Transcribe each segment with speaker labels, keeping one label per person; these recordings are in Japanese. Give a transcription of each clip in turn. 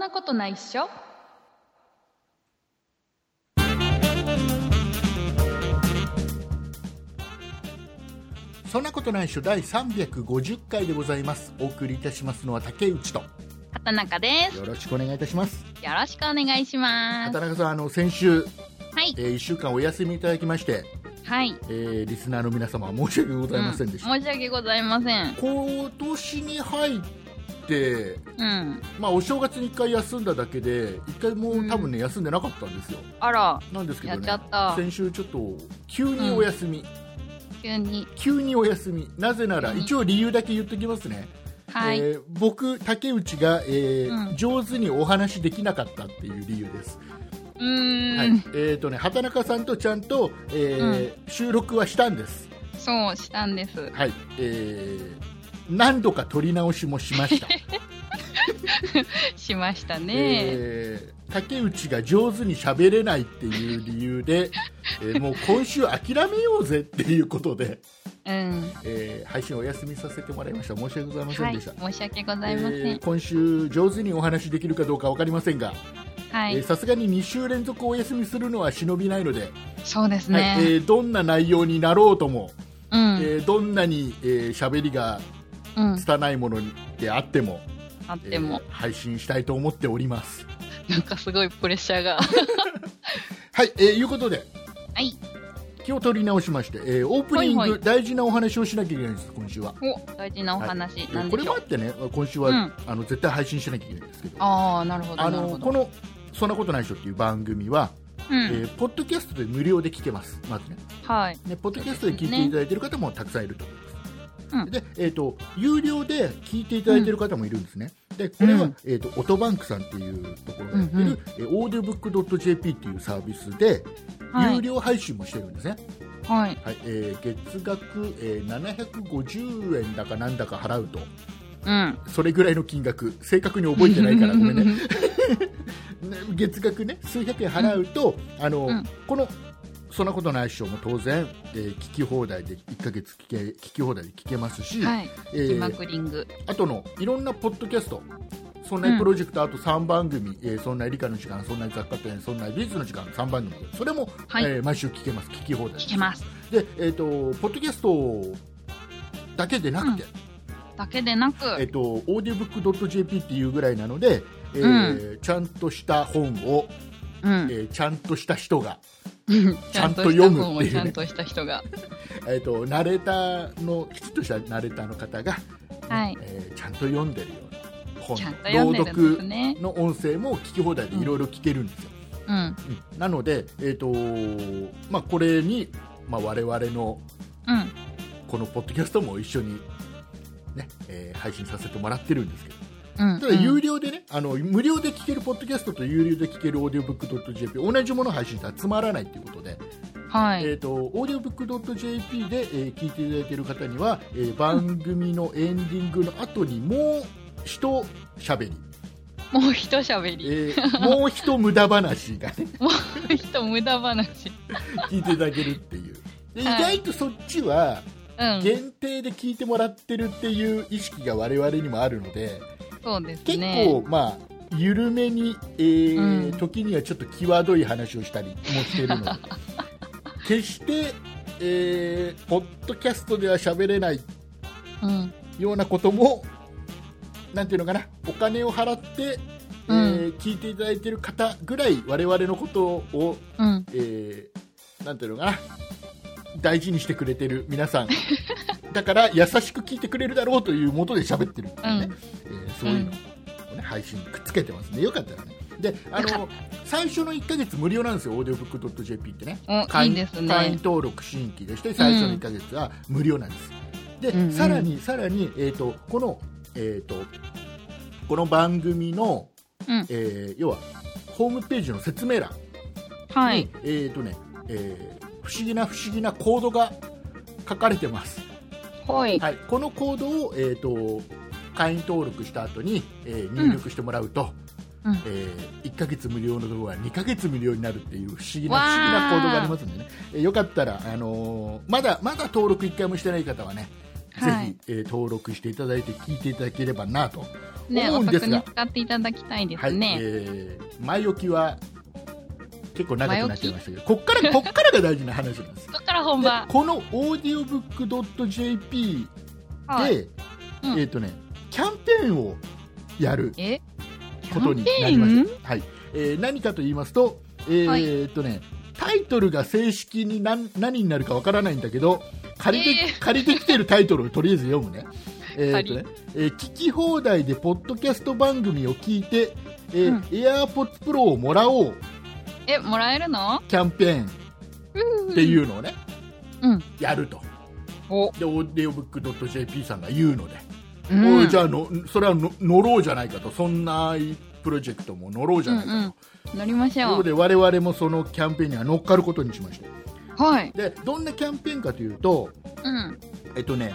Speaker 1: なことないっしょ
Speaker 2: そんなことないっしょ第350回でございますお送りいたしますのは竹内と
Speaker 1: 畑中です
Speaker 2: よろしくお願いいたします
Speaker 1: よろしくお願いします
Speaker 2: 畑中さんあの先週、
Speaker 1: はい
Speaker 2: えー、1週間お休みいただきまして、
Speaker 1: はい、
Speaker 2: えーリスナーの皆様申し訳ございませんでした、
Speaker 1: うん申し訳ございません
Speaker 2: 今年に入って
Speaker 1: うん
Speaker 2: まあ、お正月に1回休んだだけで1回もう多分ね、休んでなかったんですよ
Speaker 1: あら
Speaker 2: なんですけどね
Speaker 1: やっちゃった
Speaker 2: 先週ちょっと急にお休み、
Speaker 1: 急に
Speaker 2: 急にお休みなぜなら
Speaker 1: うん
Speaker 2: 一応理由だけ言っときますね、
Speaker 1: はい、
Speaker 2: えー僕竹内が、えー
Speaker 1: うん
Speaker 2: 上手にお話できなかったっていう理由です、
Speaker 1: うーん、
Speaker 2: はいえーとね、畑中さんとちゃんと、えー収録はしたんです、
Speaker 1: そうしたんです
Speaker 2: はいえー何度か撮り直しもしました、
Speaker 1: しましたね、
Speaker 2: えー竹内が上手に喋れないっていう理由で、えーもう今週諦めようぜっていうことで、
Speaker 1: うん
Speaker 2: えー配信お休みさせてもらいました申し訳ございませ
Speaker 1: は
Speaker 2: んで
Speaker 1: い
Speaker 2: した、
Speaker 1: 申し訳ございません、
Speaker 2: えー今週上手にお話できるかどうか分かりませんが
Speaker 1: はい、
Speaker 2: えーさすがに2週連続お休みするのは忍びないので、
Speaker 1: そうです
Speaker 2: はい
Speaker 1: ね、
Speaker 2: えーどんな内容になろうとも、
Speaker 1: うん、
Speaker 2: えーどんなに喋、えー喋りが
Speaker 1: うん
Speaker 2: 拙いものであっても,、
Speaker 1: あっ
Speaker 2: えー
Speaker 1: ても、
Speaker 2: 配信したいと思っております。
Speaker 1: なんかすごいプレッシャー が
Speaker 2: はい、えーいうことで
Speaker 1: はい
Speaker 2: 気を取り直しまして、えーオープニング、
Speaker 1: はいはい
Speaker 2: 大事なお話をしなきゃいけないんです今週は。
Speaker 1: お大事なお話、
Speaker 2: えー
Speaker 1: なん
Speaker 2: こ
Speaker 1: で
Speaker 2: れ
Speaker 1: し
Speaker 2: も
Speaker 1: ょ
Speaker 2: あ
Speaker 1: う
Speaker 2: ってね今週は、
Speaker 1: うん
Speaker 2: あの絶対配信しなきゃいけないんですけど
Speaker 1: ああなるほど
Speaker 2: あ
Speaker 1: なる
Speaker 2: の
Speaker 1: ほど
Speaker 2: この「そんなことないでしょ」っていう番組は、
Speaker 1: うん、
Speaker 2: えーポッドキャストで無料で聞けますまずね
Speaker 1: はい
Speaker 2: ね、ポッドキャストで聞いていただいている方もたくさんいると思いま
Speaker 1: う
Speaker 2: す。
Speaker 1: ん
Speaker 2: で、えっ、と、有料で聞いていただいている方もいるんですね。で、これは、
Speaker 1: うん
Speaker 2: えっ、と、オトバンクさんっていうところがやって
Speaker 1: うんうん、
Speaker 2: るえーオーディオブックドット JP っていうサービスで、
Speaker 1: はい
Speaker 2: 有料配信もしてるんですね。
Speaker 1: はい
Speaker 2: はい、えー月額、えー750円だかなんだか払うと、
Speaker 1: うん
Speaker 2: それぐらいの金額、正確に覚えてないからごめんね。ね 月額ね、数百円払うと、あの、
Speaker 1: うん
Speaker 2: この、そんなことないっしょも当然、えー聞き放題で、1ヶ月聞け、聞き放題で聞けますし、
Speaker 1: はい
Speaker 2: え
Speaker 1: 字
Speaker 2: ー
Speaker 1: 幕リング
Speaker 2: あとの、いろんなポッドキャスト、そんなプロジェクト、あと3番組、えーそんな理科の時間、そんな雑貨店、そんな美術の時間、3番組、それも、
Speaker 1: はい
Speaker 2: えー毎週聞けます、聞き放題です
Speaker 1: 聞けます
Speaker 2: で、えっ、と、ポッドキャストだけでなくて、
Speaker 1: だけでなく、
Speaker 2: えっと、オーディオブックドット JP っていうぐらいなので、えーちゃんとした本を、
Speaker 1: う
Speaker 2: え
Speaker 1: ん、
Speaker 2: ーちゃんとした人が、
Speaker 1: ちゃんと
Speaker 2: 読
Speaker 1: 読
Speaker 2: む
Speaker 1: む
Speaker 2: っていうね
Speaker 1: ちゃんとした人 が
Speaker 2: えっとナレーターのきちっとしたナレーターの方が、
Speaker 1: はい
Speaker 2: えーちゃんと読んでるような本
Speaker 1: ちゃんと読んでるんですね
Speaker 2: 朗読の音声も聞き放題でいろいろ聞けるんですよ、
Speaker 1: うん
Speaker 2: うんなので、えっとまあ、これに、まあ、我々の
Speaker 1: うん
Speaker 2: このポッドキャストも一緒に、ねえー配信させてもらってるんですけど
Speaker 1: うん
Speaker 2: ただ有
Speaker 1: う
Speaker 2: 料でね、あの無料で聞けるポッドキャストと有料で聞けるオーディオブックドット JP 同じものを配信したらつまらないということで、
Speaker 1: んはい、
Speaker 2: えっ、とオーディオブックドット JP で、えー聞いていただいている方には、えー番組のエンディングの後にもう一喋り、
Speaker 1: もう一喋り、
Speaker 2: え ーもう一無駄話がね、
Speaker 1: もう 一無駄話
Speaker 2: 聞いていただけるっていう。で意
Speaker 1: はい
Speaker 2: 外とそっちは
Speaker 1: うん
Speaker 2: 限定で聞いてもらってるっていう意識が我々にもあるので、
Speaker 1: そうです
Speaker 2: 結構、
Speaker 1: ね
Speaker 2: まあ緩めに、えー
Speaker 1: うん
Speaker 2: 時にはちょっと際どい話をしたりもしている ので決して、えーポッドキャストでは喋れない
Speaker 1: うん
Speaker 2: ようなこともなんていうのかなお金を払って、えー聞いていただいている方ぐらい我々のことを、
Speaker 1: うん
Speaker 2: えーなんていうのかな大事にしてくれてる皆さ んだから優しく聞いてくれるだろうというもとで喋ってるっていううね、
Speaker 1: ん
Speaker 2: えーそういうのを、ね配信にくっつけてますんでよかったらねであの最初の1ヶ月無料なんですよオーディオブックドット JP ってね
Speaker 1: お
Speaker 2: 会
Speaker 1: い
Speaker 2: 員
Speaker 1: いです
Speaker 2: 会員
Speaker 1: ね
Speaker 2: 登録新規でして最初の1ヶ月は無料なんです、で、
Speaker 1: うんうん
Speaker 2: さらにさらに、えー、とこの、えー、とこの番組の、
Speaker 1: うん
Speaker 2: えー要はホームページの説明欄に、
Speaker 1: はい
Speaker 2: えーとねえー不思議な不思議なコードが書かれてます
Speaker 1: はい
Speaker 2: はい、このコードを、えー、と会員登録した後に、えー
Speaker 1: ん
Speaker 2: 入力してもらうと、
Speaker 1: うん
Speaker 2: え1ヶ月無料のところが2ヶ月無料になるっていう不思議な
Speaker 1: わ
Speaker 2: 不
Speaker 1: ー
Speaker 2: 思議なコードがありますんでね、えーよかったら、あのーまだまだ登録1回もしてない方はね、
Speaker 1: はい
Speaker 2: ぜひ、えー登録していただいて聞いていただければなと
Speaker 1: ね、
Speaker 2: 思う
Speaker 1: お
Speaker 2: んで
Speaker 1: 得
Speaker 2: すが
Speaker 1: に使っていただきたいで
Speaker 2: は
Speaker 1: す
Speaker 2: い、
Speaker 1: ね。
Speaker 2: えー前置きは結構長くなっちゃいましたけどこっからこっからが大事な話なんです
Speaker 1: そこから本
Speaker 2: で
Speaker 1: 番。
Speaker 2: このオーディオブックドット JP
Speaker 1: はい
Speaker 2: で、
Speaker 1: うん
Speaker 2: えっ、とねキャンペーンをやる
Speaker 1: え
Speaker 2: ことになりま
Speaker 1: キャン
Speaker 2: し
Speaker 1: ペ
Speaker 2: た、はいえー何かと言いますと,、えー
Speaker 1: はい
Speaker 2: えーっとね、タイトルが正式に何何になるかわからないんだけど借りて,、
Speaker 1: え
Speaker 2: 借りてきてるタイトルをとりあえず読むね,、えーっと ね
Speaker 1: 借
Speaker 2: えー聞き放題でポッドキャスト番組を聞いて、えー
Speaker 1: うん
Speaker 2: AirPods Pro をもらおう
Speaker 1: え、もらえるの
Speaker 2: キャンペーンっ
Speaker 1: って。
Speaker 2: いううのをね、
Speaker 1: うん
Speaker 2: やると
Speaker 1: お、
Speaker 2: でオーディオブックドット JP さんが言うので、
Speaker 1: うん
Speaker 2: おいじゃあのそれはの乗ろうじゃないかとそんなプロジェクトも乗ろうじゃないかと。
Speaker 1: うんうん乗りまし
Speaker 2: という
Speaker 1: ょ
Speaker 2: こ
Speaker 1: う。
Speaker 2: とで我々もそのキャンペーンには乗っかることにしました
Speaker 1: はい。
Speaker 2: でどんなキャンペーンかというと
Speaker 1: うん。
Speaker 2: えっとね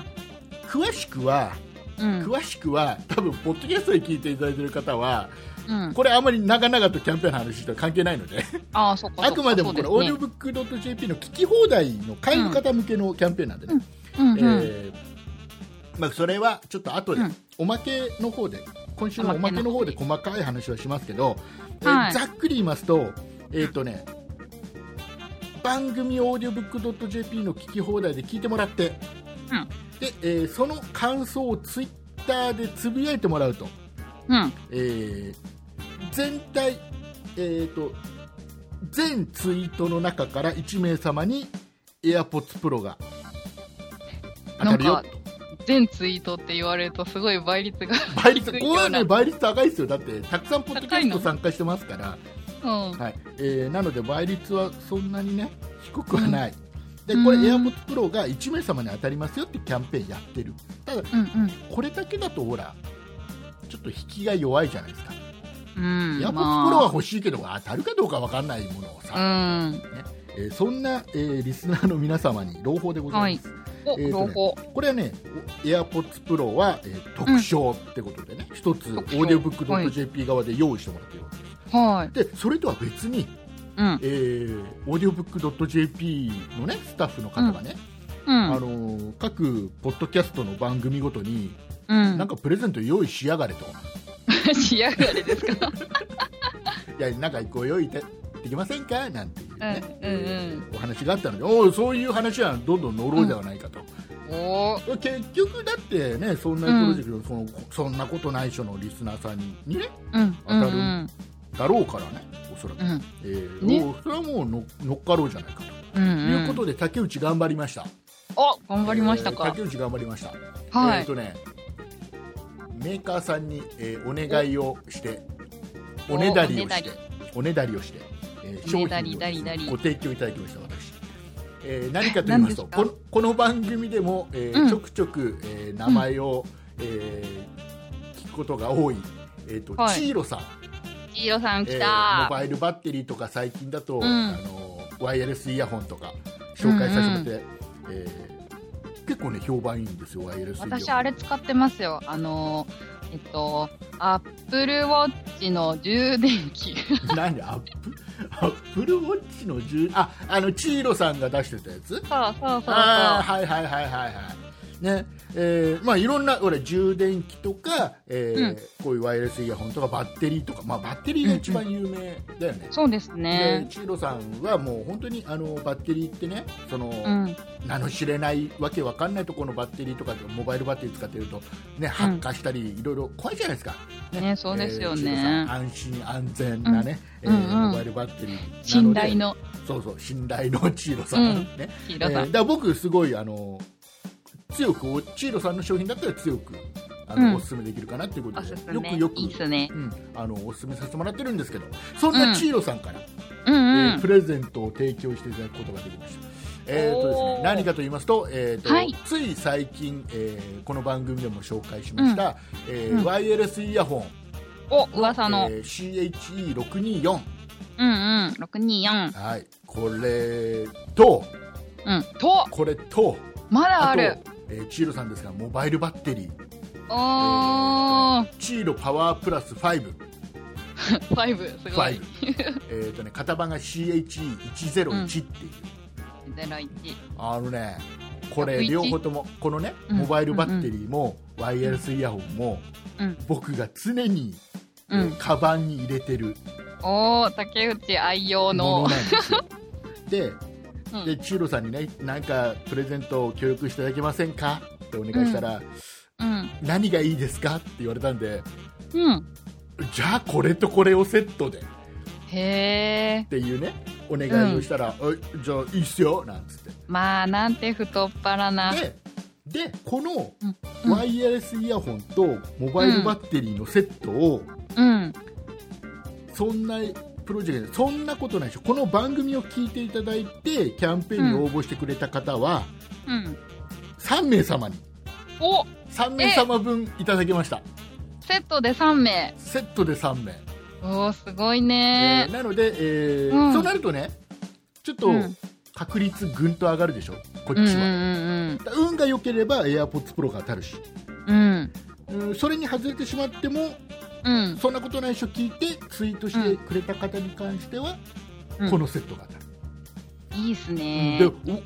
Speaker 2: 詳しくは
Speaker 1: うん。
Speaker 2: 詳しくは多分ポッドキャストで聞いていただいている方は
Speaker 1: うん。
Speaker 2: これあまり長々とキャンペーンの話とは関係ないので
Speaker 1: ああ、そっか。
Speaker 2: あくまでもこれオーディオ
Speaker 1: オ。
Speaker 2: ブックドット JP の聞き放題の会の方向けのキャンペーンなんでね、
Speaker 1: うんうん。
Speaker 2: えーまあ、それはちょっと後で、
Speaker 1: うん
Speaker 2: おまけの方で今週のおまけの方で細かい話はしますけど、えー
Speaker 1: はい
Speaker 2: ざっくり言いますと,、えーとね、番組オーディオブックドット JP の聞き放題で聞いてもらって、
Speaker 1: うん
Speaker 2: でえーその感想をツイッターでつぶやいてもらうと、
Speaker 1: うん。
Speaker 2: えー全体、えー、と全ツイートの中から1名様に AirPods Pro が当たるよ
Speaker 1: なんか全ツイートって言われるとすごい倍率が。
Speaker 2: 倍率、
Speaker 1: 低
Speaker 2: こ
Speaker 1: い
Speaker 2: れ
Speaker 1: ような
Speaker 2: はね、倍率高いですよ、だって、たくさんポッドキャスト参加してますから、
Speaker 1: うん。
Speaker 2: はいえーなので倍率はそんなにね、低くはない、で
Speaker 1: うん
Speaker 2: これ、AirPods Pro が1名様に当たりますよってキャンペーンやってる、ただ、
Speaker 1: うん
Speaker 2: これだけだと、ほら、ちょっと引きが弱いじゃないですか、
Speaker 1: うん。
Speaker 2: AirPods Pro は欲しいけど、当たるかどうか分かんないものをさ、
Speaker 1: は。うん。
Speaker 2: えーそんな、えーリスナーの皆様に朗報でございます。
Speaker 1: お、
Speaker 2: えーとね
Speaker 1: 両方。
Speaker 2: これはね、AirPods Pro は、えー特賞ってことでね、一、つ、オ
Speaker 1: 特賞
Speaker 2: ーディオブックドット JP 側で用意してもらってるわけで
Speaker 1: はい。
Speaker 2: す。で、それとは別に、
Speaker 1: うん。
Speaker 2: えー、オーディオブックドット JP のね、スタッフの方がね、
Speaker 1: う
Speaker 2: あ
Speaker 1: ん。
Speaker 2: のー各ポッドキャストの番組ごとに、
Speaker 1: うん。
Speaker 2: なんかプレゼント用意しやがれと、
Speaker 1: 仕上がりですか
Speaker 2: いや、なんかご用意でできませんかなんていうね、
Speaker 1: うんうんうん
Speaker 2: えーお話があったので、おうそういう話はどんどん乗ろうではないかと。
Speaker 1: おー
Speaker 2: 結局だってねそんなプロジェクト、そのそんなことない人のリスナーさんにね
Speaker 1: うん。
Speaker 2: 当
Speaker 1: う
Speaker 2: たる
Speaker 1: ん。
Speaker 2: だろうからねおそらく、
Speaker 1: うん。うん
Speaker 2: えー
Speaker 1: ね
Speaker 2: おそれはもうの乗っかろうじゃないかと、
Speaker 1: うん。
Speaker 2: いうことで竹内頑張りました
Speaker 1: お、頑張りました
Speaker 2: えー
Speaker 1: か
Speaker 2: 竹内頑張りました、
Speaker 1: は
Speaker 2: えっ、
Speaker 1: い。
Speaker 2: とねメーカーさんに、えーお願いをしておねだりをしておねだりをして、えー
Speaker 1: お
Speaker 2: 商
Speaker 1: ねだ
Speaker 2: 品
Speaker 1: り
Speaker 2: を
Speaker 1: だりだり
Speaker 2: ご提供いただきました私えー何かと言いますと
Speaker 1: 何ですか
Speaker 2: このこの番組でも、えー
Speaker 1: うん
Speaker 2: ちょくちょく、えー名前を、えー聞くことが多い、えーと
Speaker 1: はい
Speaker 2: チーロさん、
Speaker 1: ジーロさん
Speaker 2: え
Speaker 1: 来
Speaker 2: ーモ
Speaker 1: た
Speaker 2: バイルバッテリーとか最近だと、
Speaker 1: ん
Speaker 2: あのワイヤレスイヤホンとか紹介させてもらって、えー結構ね評判いいんですよワイヤレスイヤホン
Speaker 1: 私あれ使ってますよ。あのー、えっと、アップルウォッチの充電器。
Speaker 2: 何アップアップルウォッチの10ああのチーロさんが出してたや
Speaker 1: そ
Speaker 2: つ
Speaker 1: うそうそうそう。
Speaker 2: ああはいはいはいはいはいねえーまあいろんな俺充電器とか、えー
Speaker 1: うん
Speaker 2: こういうワイヤレスイヤホンとかバッテリーとか、まあ、バッテリーが一番有名だよね、
Speaker 1: そうです
Speaker 2: で
Speaker 1: ね。
Speaker 2: チーロさんはもう本当にあのバッテリーってねその、
Speaker 1: うん。
Speaker 2: 名の知れないわけわかんないところのバッテリーとかモバイルバッテリー使ってると、ね、発火したりいろいろ怖いじゃないですか、
Speaker 1: ね、そうですよ
Speaker 2: えー千代
Speaker 1: ね
Speaker 2: さ。ん安心安全なね、
Speaker 1: うん
Speaker 2: えー
Speaker 1: うんうん
Speaker 2: モバイルバッテリーなので
Speaker 1: 信頼の
Speaker 2: そうそう信頼のチーロさんなのね、
Speaker 1: ジー
Speaker 2: え
Speaker 1: ロ
Speaker 2: ー
Speaker 1: さ
Speaker 2: だ
Speaker 1: ん。
Speaker 2: から僕すごいあの強くおチーロさんの商品だったら強くあの、
Speaker 1: うん
Speaker 2: おすすめできるかなっていうこと
Speaker 1: お
Speaker 2: です
Speaker 1: す
Speaker 2: よ
Speaker 1: め。
Speaker 2: くよく
Speaker 1: いいっすね。
Speaker 2: うん、あのおすすめさせてもらってるんですけどそんなチーロさんから、
Speaker 1: うんう
Speaker 2: えー
Speaker 1: ん
Speaker 2: プ。レゼントを提供していただくことができました。えーとです
Speaker 1: お
Speaker 2: ね、
Speaker 1: ー
Speaker 2: 何かと言いますと,、えーと
Speaker 1: はい
Speaker 2: つい最近、えーこの番組でも紹介しました、えー
Speaker 1: うん
Speaker 2: ワイヤレスイヤホン、
Speaker 1: お、噂の。
Speaker 2: えー CHE624、
Speaker 1: うんうん。624。
Speaker 2: はい、これと
Speaker 1: うん。と、
Speaker 2: これと
Speaker 1: まだあ
Speaker 2: と、
Speaker 1: る。
Speaker 2: えーチーロさんですがモバイルバッテリー
Speaker 1: おー。
Speaker 2: チーロパワープラス5、
Speaker 1: 5、すごい
Speaker 2: 5。えーとね、型番が CHE101 っていう、
Speaker 1: 01。
Speaker 2: あのねこれ
Speaker 1: 101
Speaker 2: 両方ともこのね
Speaker 1: うん
Speaker 2: モバイルバッテリーもワイヤレスイヤホンも
Speaker 1: うん
Speaker 2: 僕が常に、え
Speaker 1: う
Speaker 2: ー
Speaker 1: ん。
Speaker 2: カバンに入れてる
Speaker 1: おー、竹内愛用
Speaker 2: も
Speaker 1: の
Speaker 2: の。なんですよ。で
Speaker 1: うん
Speaker 2: でチューロさんにねなんかプレゼントを協力していただけませんかってお願いしたら、
Speaker 1: うん。
Speaker 2: 何がいいですかって言われたんで
Speaker 1: うん。
Speaker 2: じゃあこれとこれをセットでっ
Speaker 1: へー。
Speaker 2: ていうねお願いをしたら、あじゃあいいっすよなんつって
Speaker 1: まあ、なんて太っ腹な。
Speaker 2: ででこの
Speaker 1: うんうん
Speaker 2: ワイヤレスイヤホンとモバイルバッテリーのセットを、
Speaker 1: うん。
Speaker 2: そんなプロジェクトそんなことないでしょこの番組を聞いていただいてキャンペーンに応募してくれた方は、
Speaker 1: うん。
Speaker 2: 3名様に
Speaker 1: お
Speaker 2: 3名様分いただきました
Speaker 1: セットで3名。
Speaker 2: セットで3名、
Speaker 1: おー、すごい
Speaker 2: え
Speaker 1: ね
Speaker 2: ーなので、えー
Speaker 1: うん
Speaker 2: そうなるとねちょっと
Speaker 1: うん
Speaker 2: 確率ぐんと上がるでしょこっ
Speaker 1: う
Speaker 2: ち
Speaker 1: ん
Speaker 2: は
Speaker 1: う、ん
Speaker 2: だ運が良ければ AirPods Pro が当たるし、
Speaker 1: うんうん。
Speaker 2: うん、それに外れてしまっても
Speaker 1: うん。
Speaker 2: そんなことないでしょ聞いてツイートしてくれた方に関しては、
Speaker 1: うん
Speaker 2: このセットが当たる、
Speaker 1: うん。いいっすね。
Speaker 2: で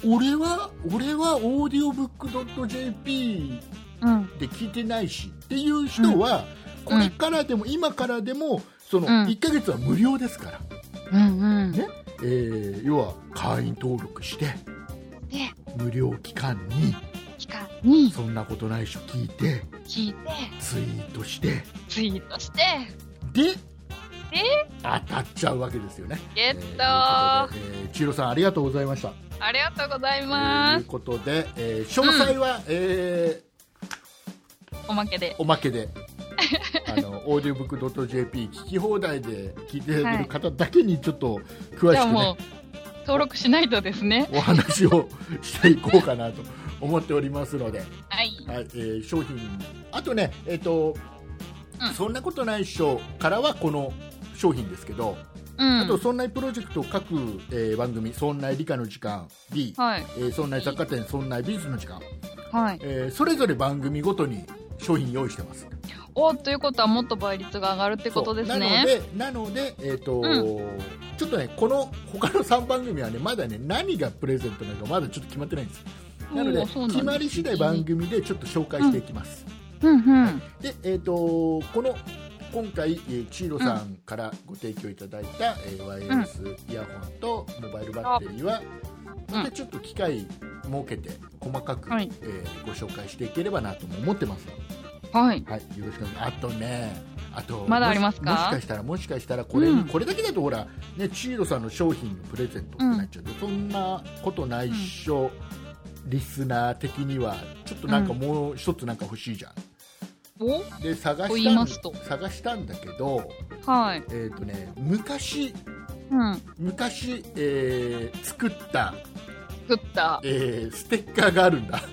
Speaker 2: お俺は俺はオーディオブックドット JP
Speaker 1: うん。
Speaker 2: で聞いてないしっていう人は、これからでも今からでもその
Speaker 1: うん
Speaker 2: 1ヶ月は無料ですから、
Speaker 1: うんうん。
Speaker 2: ねえー要は会員登録して
Speaker 1: で、
Speaker 2: 無料期間に
Speaker 1: 期間に
Speaker 2: そんなことないでしょ聞いて
Speaker 1: 聞いて、
Speaker 2: ツイートして
Speaker 1: ツイートして、
Speaker 2: で当たっちゃうわけですよね。
Speaker 1: ゲットー、
Speaker 2: えーということでえー千尋さんありがとうございました。
Speaker 1: ありがとうござい
Speaker 2: と
Speaker 1: ま
Speaker 2: いう
Speaker 1: す。
Speaker 2: ことで、えー詳細は、え
Speaker 1: おまけで
Speaker 2: ー。おまけで。 あのオーディオブックドット JP 聞き放題で聞いていただける方だけにちょっと詳
Speaker 1: じ
Speaker 2: し
Speaker 1: ゃあ
Speaker 2: くね、
Speaker 1: もう、登録しないとですね。
Speaker 2: お話をしていこうかなと思っておりますので、
Speaker 1: はい。
Speaker 2: はいえー商品あとね、えっと
Speaker 1: うん
Speaker 2: そんなことないっしょからはこの商品ですけど、
Speaker 1: うん。
Speaker 2: あと「そんないプロジェクト」各、えー番組「そんない理科の時間」B
Speaker 1: はい。
Speaker 2: えー、そんない雑貨店、そんない美術の時間、
Speaker 1: はい。
Speaker 2: えーそれぞれ番組ごとに商品用意してます。
Speaker 1: おということはもっと倍率が上がるってことですね。
Speaker 2: そうなので、なので、えっ、と、
Speaker 1: う
Speaker 2: ちょっとね、この他の3番組はね、まだね、何がプレゼントなのか、まだちょっと決まってないんです。なので、
Speaker 1: おーそうなんです
Speaker 2: 決まり次第番組でちょっと紹介していきます。
Speaker 1: うんうん。
Speaker 2: で、えっ、と、この、今回、えー、チーロさんからご提供いただいた、えーワイヤレスイヤホンとモバイルバッテリーは、またちょっと機会設けて、細かく、
Speaker 1: はい
Speaker 2: えーご紹介していければなとも思ってますので
Speaker 1: はい。
Speaker 2: はい、よろしくお願いします。あとね、あと
Speaker 1: まだありますか
Speaker 2: もしもしかしたらもしかしたらこれ、
Speaker 1: うん
Speaker 2: これだけだとほらねチーロさんの商品のプレゼントってなっちゃうと、そんなことないっしょ、リスナー的にはちょっとなんかもう一つなんか欲しいじゃん。
Speaker 1: お
Speaker 2: で探
Speaker 1: と
Speaker 2: し
Speaker 1: 言い
Speaker 2: た
Speaker 1: ま
Speaker 2: ん
Speaker 1: すと
Speaker 2: 探したんだけど、
Speaker 1: はい。
Speaker 2: えっ、とね昔
Speaker 1: うん。
Speaker 2: 昔、えー作った、
Speaker 1: 作った。
Speaker 2: えーステッカーがあるんだ。
Speaker 1: ス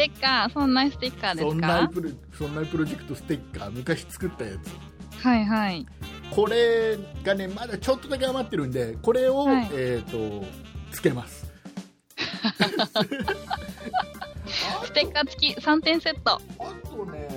Speaker 1: テッカー、そんなステッカーで
Speaker 2: そ
Speaker 1: す
Speaker 2: んな
Speaker 1: か
Speaker 2: プロそんなプロジェクトステッカー昔作ったやつ。
Speaker 1: はいはい。
Speaker 2: これがねまだちょっとだけ余ってるんでこれを、
Speaker 1: はい
Speaker 2: えっ、とつけますあ
Speaker 1: ステッカー付き3点セット。
Speaker 2: あとね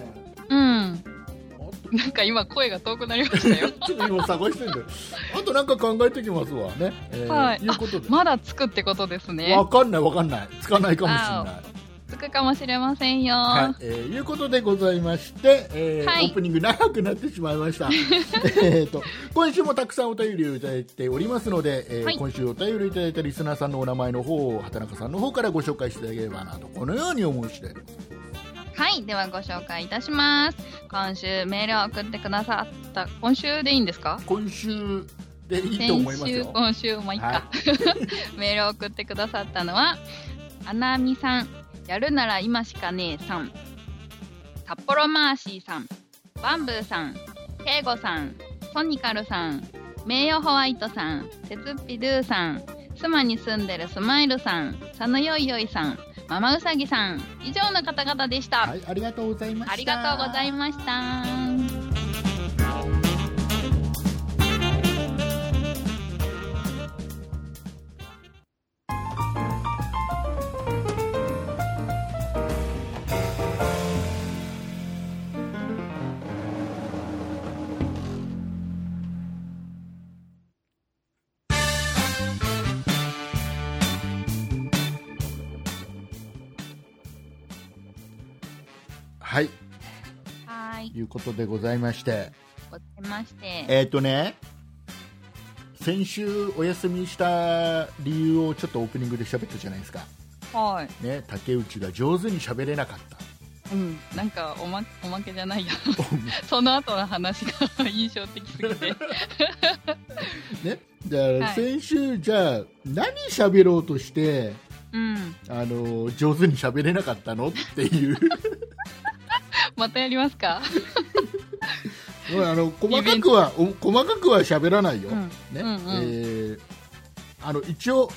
Speaker 1: うん。
Speaker 2: あと
Speaker 1: なんか今声が遠くなりました よ。
Speaker 2: ちょっと今探してるんで あとなんか考えてきますわね、えー
Speaker 1: はい
Speaker 2: いうことで、
Speaker 1: まだつくってことですね。
Speaker 2: わかんないわかんないつかないかもしれない
Speaker 1: つくかもしれませんよ。
Speaker 2: はい、えーいうことでございまして、えー
Speaker 1: はい
Speaker 2: オープニング長くなってしま いました。えーと今週もたくさんお便りをいただいておりますので、えー
Speaker 1: はい
Speaker 2: 今週お便りいただいたリスナーさんのお名前の方を畑中さんの方からご紹介していただければなとこのように思う次第です。
Speaker 1: はい、ではご紹介いたします。今週メールを送ってくださった、今週でいいんですか
Speaker 2: 今週でいいと思いますよ。
Speaker 1: 先週、今週、まあ、いっか。
Speaker 2: は
Speaker 1: メールを送ってくださったのは、あなみさん、やるなら今しかねえさん、札幌マーシーさん、バンブーさん、ケイゴさん、ソニカルさん、名誉ホワイトさん、てつっぴドゥさん、妻に住んでるスマイルさん、佐野よいよいさん、ママウサギさん、以上の方々でした。
Speaker 2: はい、ありがとうございました。
Speaker 1: ありがとうございました。
Speaker 2: はい
Speaker 1: はい。
Speaker 2: いうことでございまして
Speaker 1: ございまして。
Speaker 2: えっ、ー、とね先週お休みした理由をちょっとオープニングで喋ったじゃないですか
Speaker 1: は
Speaker 2: ね竹内が上手に喋れなかった
Speaker 1: い。うん。なんかおまおまけじゃ ないよ。その後の話が印象的すぎて。
Speaker 2: ね、で
Speaker 1: はい
Speaker 2: 先週、じゃあ何喋ろうとして
Speaker 1: うん。
Speaker 2: あの上手に喋れなかったのっていう
Speaker 1: またやりますか。
Speaker 2: もうあの細かくはお細かくは喋らないよ、
Speaker 1: うん
Speaker 2: ね
Speaker 1: うんうん
Speaker 2: えーあの一応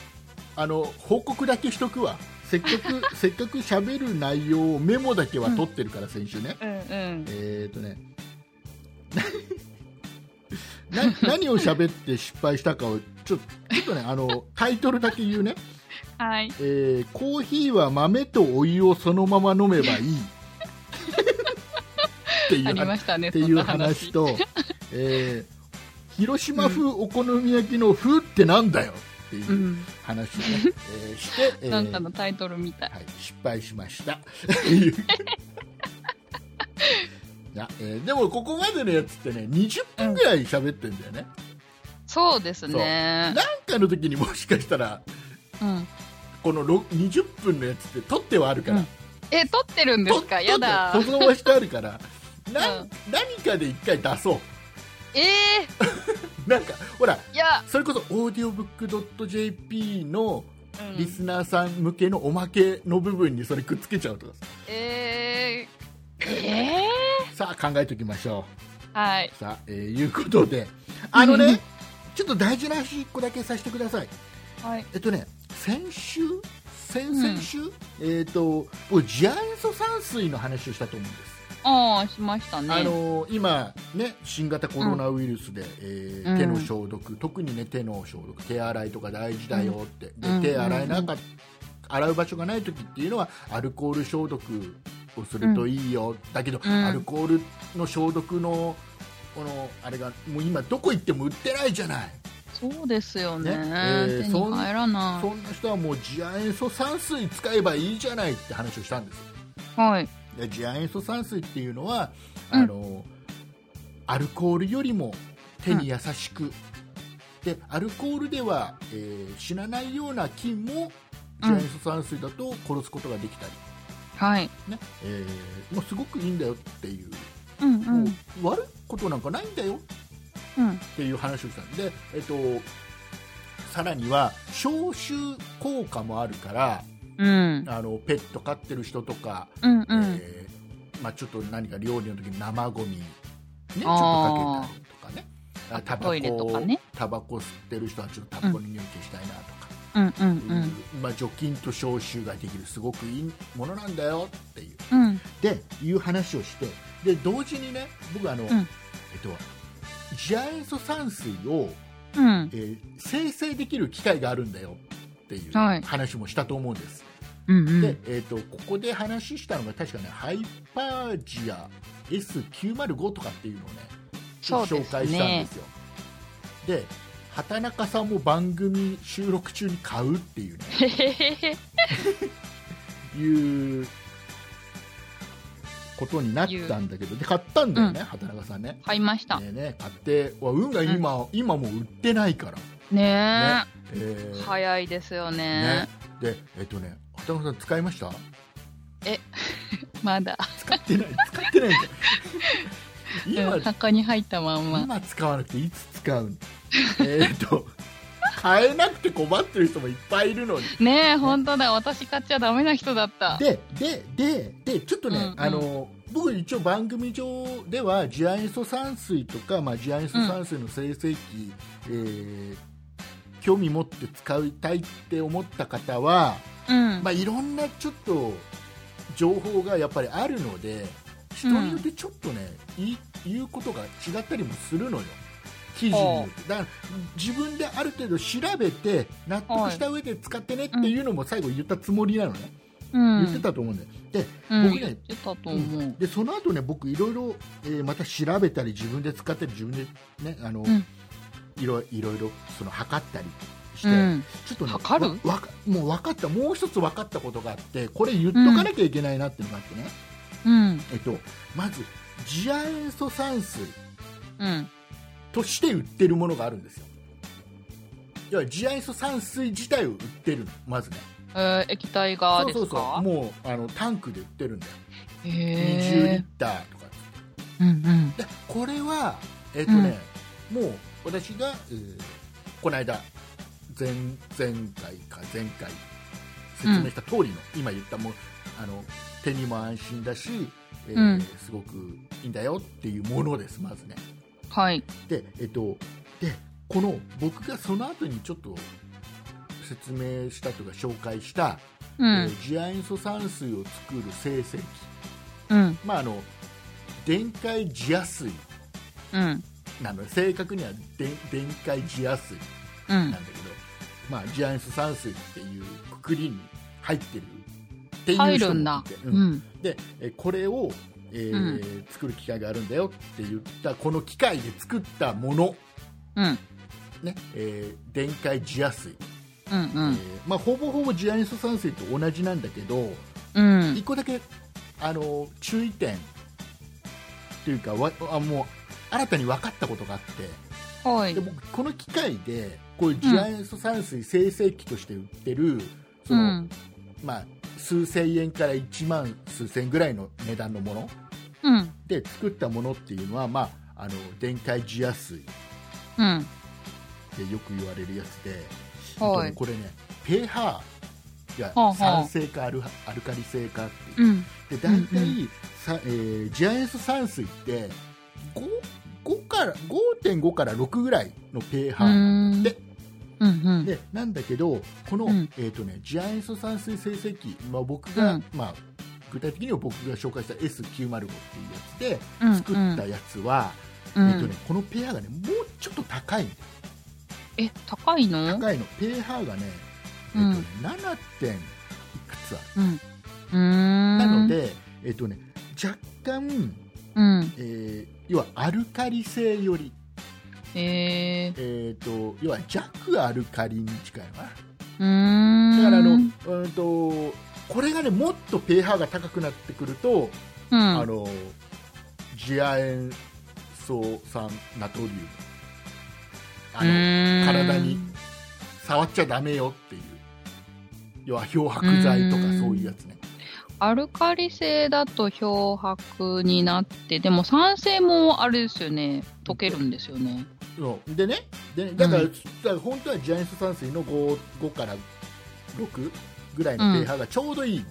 Speaker 2: あの報告だけしとくわせっか くせっかく喋る内容をメモだけは取ってるから、先週ね
Speaker 1: うんうん。
Speaker 2: えっ、とね な 何を喋って失敗したかをちょちょっとねあのタイトルだけ言うね
Speaker 1: はい。
Speaker 2: えーコーヒーは豆とお湯をそのまま飲めばい いってい
Speaker 1: あ
Speaker 2: う
Speaker 1: りま
Speaker 2: 話
Speaker 1: したね。
Speaker 2: って
Speaker 1: そ
Speaker 2: い
Speaker 1: ん
Speaker 2: う
Speaker 1: な。
Speaker 2: 話。と、えー広島風お好み焼きの風ってなんだよっていううん話を、ねえーして、えー
Speaker 1: なんかのタイトルみたい。
Speaker 2: はい、失敗しました っていういやえーでもここまでのやつってね20分ぐらい喋ってんだよね、
Speaker 1: そうですね。
Speaker 2: なんかの時にもしかしたら
Speaker 1: うん。
Speaker 2: このろ20分のやつって取ってはあるから、
Speaker 1: うんえ、撮ってるんで
Speaker 2: と
Speaker 1: すかやだ
Speaker 2: と。保存はしてあるからな、
Speaker 1: うん
Speaker 2: 何かで一回出そ
Speaker 1: え
Speaker 2: うなんかほら
Speaker 1: ー、いや、
Speaker 2: それこそオーディオブックドット JP の
Speaker 1: うん
Speaker 2: リスナーさん向けのおまけの部分にそれくっつけちゃうとかさ
Speaker 1: えー、え
Speaker 2: さあ考えておきましょ。
Speaker 1: ー、はいう
Speaker 2: さあ、えーいうことであのねちょっと大事な話1個だけさせてください
Speaker 1: はい。
Speaker 2: えっとね先週先々週、えっ、と僕次亜塩素酸水の話をしたと思うんです
Speaker 1: ああ、しましたね。
Speaker 2: あのー今、ね、新型コロナウイルスで、えー
Speaker 1: うん
Speaker 2: 手の消毒、特に、ね、手の消毒手洗いとか大事だよって、
Speaker 1: うん
Speaker 2: で手洗えなかっ洗う場所がない時っていうのはアルコール消毒をするといいよ、だけど、
Speaker 1: うん
Speaker 2: アルコールの消毒のこのあれがもう今どこ行っても売ってないじゃない、
Speaker 1: そうですよね。
Speaker 2: ねえー
Speaker 1: 手に入らな
Speaker 2: そんな人はもう次亜塩素酸水使えばいいじゃないって話をしたんですよ
Speaker 1: い。はい。
Speaker 2: で次亜塩素酸水っていうのは
Speaker 1: うん
Speaker 2: あの、アルコールよりも手に優しく、でアルコールでは、えー死なないような菌も
Speaker 1: う
Speaker 2: 次
Speaker 1: ん
Speaker 2: 亜塩素酸水だと殺すことができたり、
Speaker 1: はい。
Speaker 2: ねえーもうすごくいいんだよっていう,、
Speaker 1: うんう
Speaker 2: も
Speaker 1: ん。
Speaker 2: う悪いことなんかないんだよ
Speaker 1: うん。
Speaker 2: っていう話をしたんで、えっとさらには消臭効果もあるから
Speaker 1: うん。
Speaker 2: あのペット飼ってる人とか
Speaker 1: うんうん。
Speaker 2: えーまあ、ちょっと何か料理の時に生ゴミ、ね、ちょっと
Speaker 1: あー
Speaker 2: かけたりとかねあタバ
Speaker 1: トイレと
Speaker 2: コ
Speaker 1: かね
Speaker 2: タバコ吸ってる人はちょっとタバコに入気したいなとか、
Speaker 1: うんうんう。
Speaker 2: いうんまあ、除菌と消臭ができるすごくいいものなんだよっていう
Speaker 1: うん。
Speaker 2: でいう話をしてで同時にね僕あの、
Speaker 1: ん
Speaker 2: えっと次亜塩素酸水を、
Speaker 1: うん。
Speaker 2: えー生成できる機械があるんだよっていう
Speaker 1: はい
Speaker 2: 話もしたと思うんです、
Speaker 1: うんう
Speaker 2: で
Speaker 1: ん。、
Speaker 2: えー、とここで話したのが確かねハイパージア S905 とかっていうのをね
Speaker 1: そうで
Speaker 2: 紹
Speaker 1: す
Speaker 2: 介したんで
Speaker 1: ね。
Speaker 2: すよで畑中さんも番組収録中に買うっていうね
Speaker 1: へへへへ。
Speaker 2: いうことになったんだけどで買ったんだよね、畑中さんね
Speaker 1: 買いました。
Speaker 2: でね買ってわ運が今,、今もう売ってないから、
Speaker 1: ね
Speaker 2: え
Speaker 1: え。
Speaker 2: ー
Speaker 1: 早いですよね
Speaker 2: ね。でえっ、とね畑中さん使いました
Speaker 1: まだ。
Speaker 2: 使ってない使ってないんだよ 今
Speaker 1: うん箱に入ったまんま。
Speaker 2: 今使わなくていつ使うの えっと買えなくて困ってる人もいっぱいいるのに
Speaker 1: ねえ、本当だ。私買っちゃダメな人だった。
Speaker 2: ででででちょっとね、
Speaker 1: うんうん
Speaker 2: あの僕一応番組上では次亜塩素酸水とか、まあ、次亜塩素酸水の生成器、えー興味持って使いたいって思った方は、
Speaker 1: うん。
Speaker 2: まあ、いろんなちょっと情報がやっぱりあるので人によってちょっとね、い言うことが違ったりもするのよ記事によってだから自分である程度調べて納得した上で使ってねっていうのも最後言ったつもりなのね、
Speaker 1: うん。
Speaker 2: 言ってたと思うんだよで
Speaker 1: うん。
Speaker 2: 僕ね
Speaker 1: 言ってたと思う。
Speaker 2: でその後ね僕いろいろ、えーまた調べたり自分で使ったり自分でねあの、
Speaker 1: ん
Speaker 2: いろいろいろその測ったりして、
Speaker 1: うん。
Speaker 2: ちょっとね、
Speaker 1: 測る
Speaker 2: わわかもう分かった、もう一つ分かったことがあって、これ言っとかなきゃいけないなっていうのがあってね、
Speaker 1: うん
Speaker 2: えっと、まず次亜塩素酸水
Speaker 1: うん
Speaker 2: として売ってるものがあるんですよ要は次亜塩素酸水自体を売ってるのまずね
Speaker 1: えー、液体が
Speaker 2: そう
Speaker 1: です
Speaker 2: そ
Speaker 1: か
Speaker 2: うそうもうあのタンクで売ってるんだよ20リ
Speaker 1: へ
Speaker 2: ッターとか
Speaker 1: ーうんうん
Speaker 2: でこれはえっ、とね、もう私が、えーこの間前前回か前回説明した通りの、今言ったもうあの手にも安心だし、えー
Speaker 1: うん
Speaker 2: すごくいいんだよっていうものですまずね
Speaker 1: はい
Speaker 2: でえっ、とでこの僕がその後にちょっと説明したというか紹介した、
Speaker 1: う
Speaker 2: えー
Speaker 1: ん
Speaker 2: 次亜塩素酸水を作る成績
Speaker 1: うん
Speaker 2: まああの電解次亜水
Speaker 1: うん
Speaker 2: なので正確にはで電解次亜水
Speaker 1: う
Speaker 2: なん
Speaker 1: ん
Speaker 2: だけど、まあ、次亜塩素酸水っていうくくりに入ってるっていう人もい
Speaker 1: 入
Speaker 2: て
Speaker 1: るんだ
Speaker 2: う
Speaker 1: うんん
Speaker 2: でえこれを、えー作る機械があるんだよって言ったこの機械で作ったもの、
Speaker 1: うん
Speaker 2: ねえー電解次亜水、
Speaker 1: うんう
Speaker 2: え
Speaker 1: ん
Speaker 2: ーまあ、ほぼほぼ次亜塩素酸水と同じなんだけど
Speaker 1: うん
Speaker 2: 一個だけあの注意点というかわあもう新たに分かったことがあって。
Speaker 1: はい
Speaker 2: で僕この機械でこういう次亜塩素酸水生成器として売ってる、そうの
Speaker 1: ん
Speaker 2: まあ、数千円から1万数千円ぐらいの値段のもの
Speaker 1: うん
Speaker 2: で作ったものっていうのは、まあ、あの電解次亜水っ
Speaker 1: うん
Speaker 2: てよく言われるやつで、
Speaker 1: は
Speaker 2: えっとね
Speaker 1: い
Speaker 2: これね pH
Speaker 1: あは
Speaker 2: が
Speaker 1: あ
Speaker 2: 酸性かアルハアルカリ性かって
Speaker 1: う
Speaker 2: いう、
Speaker 1: ん
Speaker 2: で大体、
Speaker 1: うん
Speaker 2: さえー次亜塩素酸水って5 5から5.5から6ぐらいの pH
Speaker 1: うーん
Speaker 2: で
Speaker 1: うんうん
Speaker 2: でなんだけどこの、
Speaker 1: うん
Speaker 2: えーとね、次亜塩素酸水成績、まあ、僕が、
Speaker 1: うん
Speaker 2: まあ、具体的には僕が紹介した S905 っていうやつ
Speaker 1: うんうん
Speaker 2: で作ったやつは、
Speaker 1: うん
Speaker 2: えーとね、このペアがねもうちょっと高いんだよ
Speaker 1: え高いの
Speaker 2: 高いのペーハーがね,、えーとね7点いくつあ
Speaker 1: う
Speaker 2: る
Speaker 1: んうーん
Speaker 2: なので、えーとね、若干、
Speaker 1: うん
Speaker 2: えー要はアルカリ性より、
Speaker 1: えー
Speaker 2: えー、と要は弱アルカリに近いのかな
Speaker 1: うーん
Speaker 2: だからあの、うん、とこれがねもっと pH が高くなってくると、
Speaker 1: うん
Speaker 2: あの次亜塩素酸ナトリウムあ
Speaker 1: う
Speaker 2: の
Speaker 1: ーん
Speaker 2: 体に触っちゃダメよっていう要は漂白剤とか
Speaker 1: うん
Speaker 2: そういうやつね
Speaker 1: アルカリ性だと漂白になってでも酸性もあれですよね溶けるんですよね
Speaker 2: うんでねでねだから,、
Speaker 1: う
Speaker 2: だから本当は次亜塩素酸水の 5, 5から6ぐらいの
Speaker 1: うん
Speaker 2: pH がちょうどいい、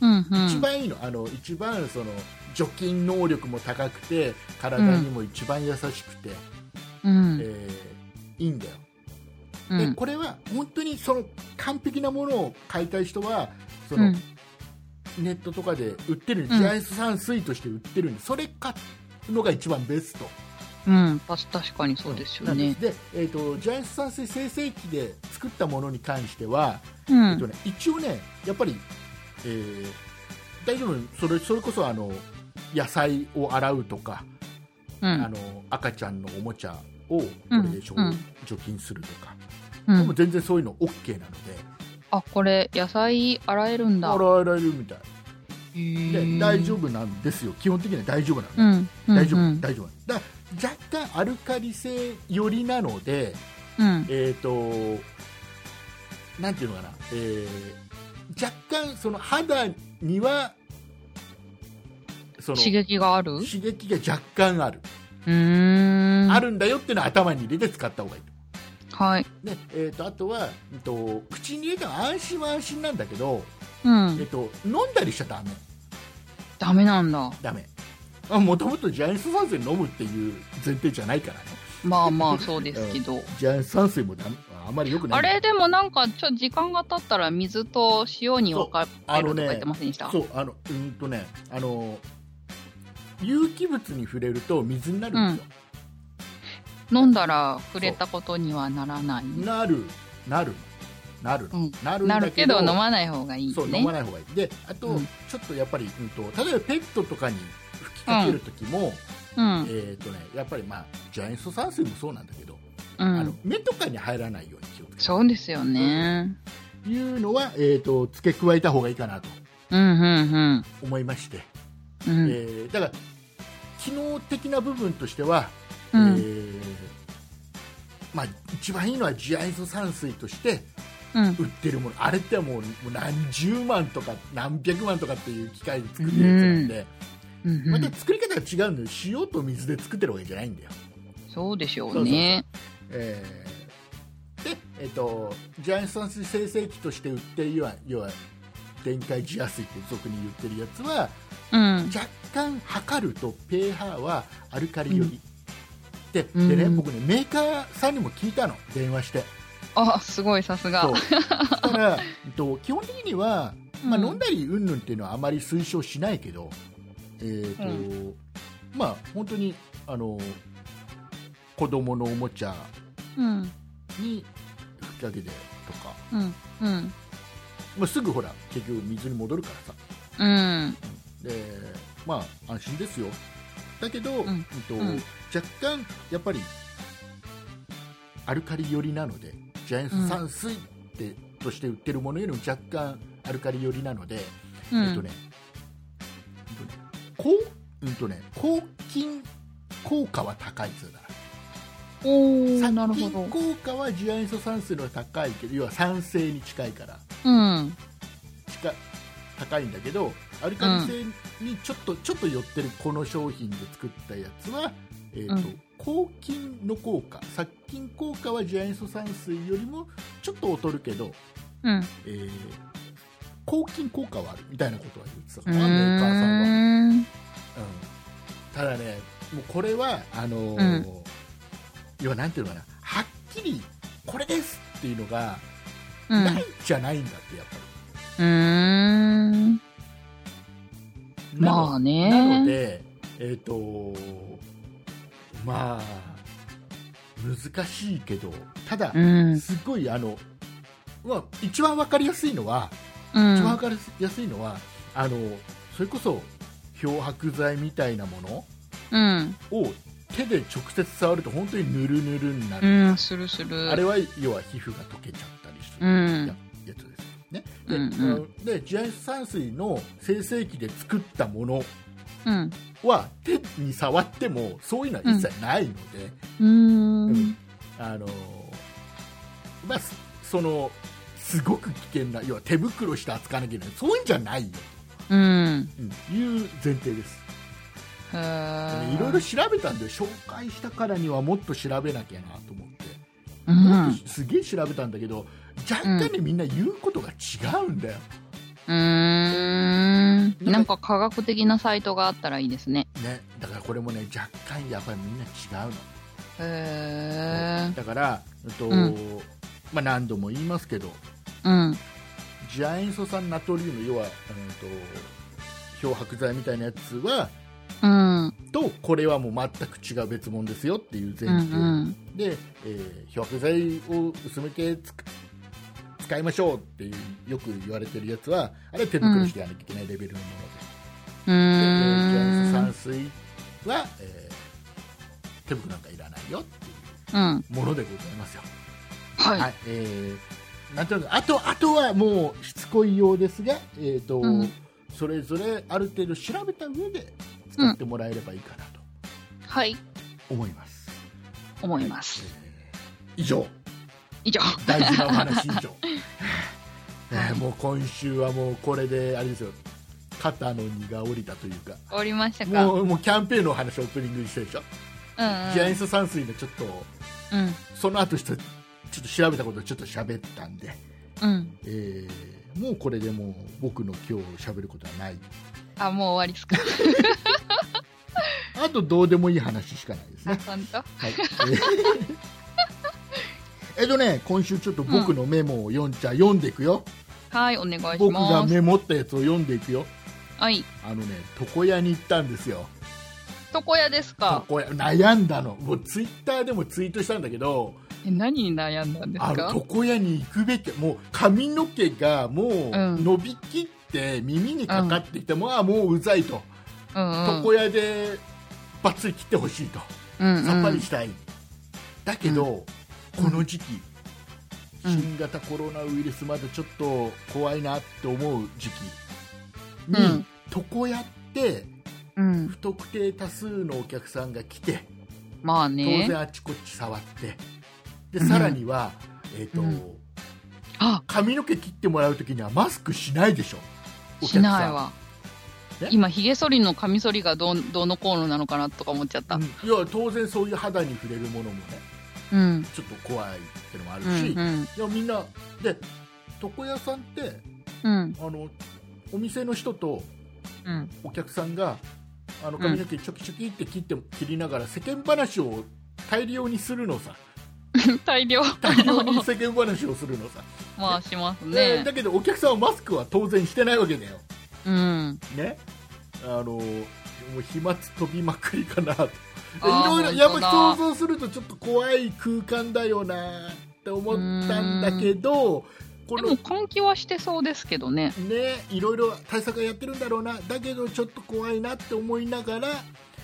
Speaker 1: うんうん
Speaker 2: 一番いいのあの一番その除菌能力も高くて体にも一番優しくて、
Speaker 1: うん
Speaker 2: えーいいんだよ、
Speaker 1: う
Speaker 2: で
Speaker 1: ん
Speaker 2: これは本当にその完璧なものを買いたい人はそうの
Speaker 1: ん
Speaker 2: ネットとかで売ってる次亜塩素酸水として売ってるんでそれ買うのが一番ベスト
Speaker 1: うんたし確かにそうです
Speaker 2: な
Speaker 1: よ
Speaker 2: んで
Speaker 1: ね
Speaker 2: すで、えー、と次亜塩素酸水生成器で作ったものに関しては、
Speaker 1: う
Speaker 2: えっと
Speaker 1: ん
Speaker 2: ね、一応ねやっぱり、えー大丈夫それそれこそあの野菜を洗うとか、
Speaker 1: う
Speaker 2: あ
Speaker 1: ん
Speaker 2: の赤ちゃんのおもちゃをこれで除,、
Speaker 1: うん
Speaker 2: 除菌するとか、
Speaker 1: う
Speaker 2: でも
Speaker 1: ん
Speaker 2: 全然そういうの OK なので、
Speaker 1: あこれ野菜洗えるんだ
Speaker 2: 洗われるみたい
Speaker 1: へ
Speaker 2: で
Speaker 1: ー
Speaker 2: 大丈夫なんですよ基本的には大丈夫なの、
Speaker 1: うんうん
Speaker 2: 大丈夫、
Speaker 1: うん
Speaker 2: 大丈夫だ若干アルカリ性寄りなので
Speaker 1: うん
Speaker 2: えっ、となんていうのかな、えー若干その肌にはその
Speaker 1: 刺激があるう
Speaker 2: 刺激が若干ある、
Speaker 1: ーん
Speaker 2: あるんだよっていうのは頭に入れて使った方がいい
Speaker 1: はい
Speaker 2: ねえー、とあとは、うんと、口に入れたら安心は安心なんだけど、
Speaker 1: う
Speaker 2: えっ
Speaker 1: ん
Speaker 2: と、飲んだりしちゃダメ
Speaker 1: ダメなんだ
Speaker 2: ダメあもともとジャイアント酸水飲むっていう前提じゃないからね
Speaker 1: まあまあそうですけ ど
Speaker 2: ジャイアント酸水もダメあんまりよくない
Speaker 1: あれでもなんかちょ時間が経ったら水と塩に分か
Speaker 2: あ
Speaker 1: れるとか
Speaker 2: の
Speaker 1: 言
Speaker 2: ね
Speaker 1: ってませんでした
Speaker 2: そうあのうんとねあの有機物に触れると水になるんですよ、
Speaker 1: 飲んだら触れたことにはならない
Speaker 2: なるなるなる、
Speaker 1: うん
Speaker 2: なるん
Speaker 1: な
Speaker 2: だ
Speaker 1: る
Speaker 2: け
Speaker 1: け
Speaker 2: ど
Speaker 1: ど飲まない方がいい
Speaker 2: そう飲ま
Speaker 1: ね
Speaker 2: ない方がいいであと、
Speaker 1: うん
Speaker 2: ちょっとやっぱり、うん、と例えばペットとかに吹きかける時も、
Speaker 1: うん
Speaker 2: えっ、とねやっぱりまあジャイアント酸水もそうなんだけど、
Speaker 1: う
Speaker 2: あの
Speaker 1: ん
Speaker 2: 目とかに入らないように気をつけて
Speaker 1: そうですよね
Speaker 2: いうのは、えー、と付け加えた方がいいかなと
Speaker 1: うんうん
Speaker 2: 思いまして、
Speaker 1: うんうん
Speaker 2: えーだから機能的な部分としては、
Speaker 1: うん
Speaker 2: えーまあ、一番いいのは次イ素散水として
Speaker 1: うん
Speaker 2: 売ってるものあれってもうもう何十万とか何百万とかっていう機械で作ってるやつなんで、
Speaker 1: うんう
Speaker 2: ま
Speaker 1: ん
Speaker 2: た作り方が違うのよ塩と水で作ってるわけじゃないんだよ、
Speaker 1: そうでしょうね。
Speaker 2: えーで、えっと次亜素酸水生成器として売ってる要は要は電解次亜水って俗に言ってるやつは
Speaker 1: うん。
Speaker 2: 若干測ると pH はアルカリより、で
Speaker 1: うん
Speaker 2: でね、僕ねメーカーさんにも聞いたの電話して
Speaker 1: あ、すごい、さすが
Speaker 2: そう。だから、えっと、基本的には、まあ、
Speaker 1: うん
Speaker 2: 飲んだりうんぬんっていうのはあまり推奨しないけど、えーと
Speaker 1: う
Speaker 2: まあ、本当にあの子供のおもちゃ
Speaker 1: うん。
Speaker 2: に吹きかけてとか、
Speaker 1: うん。うん。
Speaker 2: まあ、すぐほら結局水に戻るからさ
Speaker 1: うん。
Speaker 2: でまあ安心ですよだけど、
Speaker 1: ん
Speaker 2: うんと
Speaker 1: うん
Speaker 2: 若干やっぱりアルカリ寄りなのでジャイアンツ酸水って、として売ってるものよりも若干アルカリ寄りなので、
Speaker 1: う
Speaker 2: えっと
Speaker 1: ん。
Speaker 2: ね、えっとねこううんとね抗菌効果は高いっつうな
Speaker 1: おー、な
Speaker 2: 殺
Speaker 1: るほ
Speaker 2: 菌
Speaker 1: ど。
Speaker 2: 効果は次亜塩素酸水の方が高いけど要は酸性に近いから
Speaker 1: うん。
Speaker 2: 近高いんだけどアルカリ性にちょっと、ちょっと寄ってるこの商品で作ったやつは、えーと
Speaker 1: うん
Speaker 2: 抗菌の効果殺菌効果は次亜塩素酸水よりもちょっと劣るけど、
Speaker 1: うん。う
Speaker 2: えー抗菌効果はあるみたいなことは言ってたか
Speaker 1: ー
Speaker 2: なメーカーさんは、うん
Speaker 1: ん。
Speaker 2: ただねもうこれはあの
Speaker 1: う
Speaker 2: ー
Speaker 1: ん
Speaker 2: 要はなんていうのかなはっきりこれですっていうのが
Speaker 1: う
Speaker 2: ない
Speaker 1: ん。
Speaker 2: じゃないんだってやっぱり。
Speaker 1: うーん。
Speaker 2: なの
Speaker 1: まあね
Speaker 2: なので、えっ、と、まあ、難しいけど、ただ
Speaker 1: う、ん。
Speaker 2: すごい、あの、まあ、一番わかりやすいのは、
Speaker 1: う
Speaker 2: 一番わ
Speaker 1: ん。
Speaker 2: かりやすいのは、あの、それこそ、漂白剤みたいなもの
Speaker 1: うん。
Speaker 2: を手で直接触ると、本当にぬるぬるになる。
Speaker 1: うん。するする。
Speaker 2: あれは、要は皮膚が溶けちゃったりす
Speaker 1: う
Speaker 2: る
Speaker 1: ん
Speaker 2: や,、やつですね。で、
Speaker 1: うんうん
Speaker 2: あので、次亜塩素酸水の生成器で作ったもの
Speaker 1: うん。
Speaker 2: は手に触ってもそういうのは一切ないので、
Speaker 1: うー
Speaker 2: うん
Speaker 1: ん。
Speaker 2: あのーまあ、すそのすごく危険な要は手袋して扱わなきゃいけないそういうんじゃないよ、
Speaker 1: うん。
Speaker 2: うん、いう前提です
Speaker 1: へー
Speaker 2: いろいろ調べたんで紹介したからにはもっと調べなきゃなと思って、
Speaker 1: う
Speaker 2: もっ
Speaker 1: ん
Speaker 2: とすげえ調べたんだけど若干ね、みんな言うことが違うんだよ
Speaker 1: うーん。なんか科学的なサイトがあったらいいですね。
Speaker 2: ねだからこれもね若干やっぱりみんな違うの
Speaker 1: へ
Speaker 2: だから、えっと
Speaker 1: うん
Speaker 2: まあ、何度も言いますけど
Speaker 1: ーうん。
Speaker 2: 次亜塩素酸ナトリウム要は、うん、と漂白剤みたいなやつは
Speaker 1: うん。
Speaker 2: とこれはもう全く違う別物ですよってい
Speaker 1: う
Speaker 2: う前提、
Speaker 1: ん。
Speaker 2: で、えー漂白剤を薄めてつく使いましょうっていうよく言われてるやつはあれは手袋してやらなきゃいけないレベルのも
Speaker 1: う
Speaker 2: ので、で次亜塩素
Speaker 1: ん。
Speaker 2: 酸水は、えー手袋なんかいらないよってい
Speaker 1: うん。
Speaker 2: うものでございますよ。
Speaker 1: は。
Speaker 2: はいい、えーなんとなくあとあとはもうしつこいようですが、えーと
Speaker 1: うん
Speaker 2: それぞれある程度調べた上で使ってもらえればいいかなと
Speaker 1: はい。
Speaker 2: 思います、
Speaker 1: 思います。
Speaker 2: 以上
Speaker 1: 以上。
Speaker 2: 大事なお話以上、 え
Speaker 1: はい
Speaker 2: ーもう今週はもうこれであれですよ肩の荷が下りたというか
Speaker 1: 終わりましたか。
Speaker 2: もうもうキャンペーンのお話オープニングにしてるでしょ、
Speaker 1: うんうん
Speaker 2: ジャイアンス山水のちょっと
Speaker 1: うん。
Speaker 2: その後ちょっとちょっと調べたことをちょっと喋ったんで
Speaker 1: うん。
Speaker 2: えーもうこれでもう僕の今日喋ることはない
Speaker 1: あ、もう終わりっす か。
Speaker 2: あとどうでもいい話しかないです
Speaker 1: あ
Speaker 2: ね、
Speaker 1: 本当。
Speaker 2: はい、えーえっとね今週ちょっと僕のメモを読んじゃ、読んでいくよ
Speaker 1: はい、お願いします。
Speaker 2: 僕がメモったやつを読んでいくよ
Speaker 1: はい。
Speaker 2: あのね床屋に行ったんですよ
Speaker 1: 床屋ですか。
Speaker 2: 床屋悩んだのもうツイッターでもツイートしたんだけど
Speaker 1: え、何に悩んだんで
Speaker 2: あ
Speaker 1: す
Speaker 2: の
Speaker 1: か。
Speaker 2: 床屋に行くべきもう髪の毛がもう
Speaker 1: うん
Speaker 2: 伸びきって耳にかかってきて、もうあもううざいと
Speaker 1: うんうん。
Speaker 2: 床屋でバッツリ切ってほしいと、
Speaker 1: うんうん
Speaker 2: さっぱりしたい、だけど、
Speaker 1: うん
Speaker 2: この時期、
Speaker 1: うん
Speaker 2: 新型コロナウイルスまだちょっと怖いなって思う時期に、
Speaker 1: うん
Speaker 2: 床屋って
Speaker 1: うん。
Speaker 2: 不特定多数のお客さんが来て
Speaker 1: まあ
Speaker 2: 当
Speaker 1: ね。
Speaker 2: 然あっちこっち触ってで
Speaker 1: うん
Speaker 2: さらには、えーと
Speaker 1: うんあ
Speaker 2: 髪の毛切ってもらう時にはマスクしないでしょお客さ
Speaker 1: し
Speaker 2: ん
Speaker 1: ないわ
Speaker 2: え。
Speaker 1: 今、ヒゲ剃りのカミソリがどうどうのこうのなのかなとか思っちゃった。
Speaker 2: う
Speaker 1: うんん。
Speaker 2: いや当然そういう肌に触れるものもね
Speaker 1: うん。
Speaker 2: ちょっと怖いってのもある
Speaker 1: う
Speaker 2: し、い
Speaker 1: ん。
Speaker 2: やみんなで床屋さんって
Speaker 1: うん。
Speaker 2: あのお店の人と
Speaker 1: うん。
Speaker 2: お客さんがあの髪の毛チョキチョキって切って切りながら世間話を大量にするの さ
Speaker 1: 大量。
Speaker 2: 大量に世間話をするのさ、
Speaker 1: まあ、します
Speaker 2: で
Speaker 1: ね。
Speaker 2: だけどお客さんはマスクは当然してないわけだよ
Speaker 1: うん。
Speaker 2: ねあのもう飛沫飛びまくりかなとでい
Speaker 1: あー
Speaker 2: ろいろやっぱ
Speaker 1: 本当だ
Speaker 2: 想像するとちょっと怖い空間だよなって思ったんだけどこ
Speaker 1: で
Speaker 2: の
Speaker 1: も、換気はしてそうですけどね。
Speaker 2: ねいろいろ対策やってるんだろうなだけどちょっと怖いなって思いながら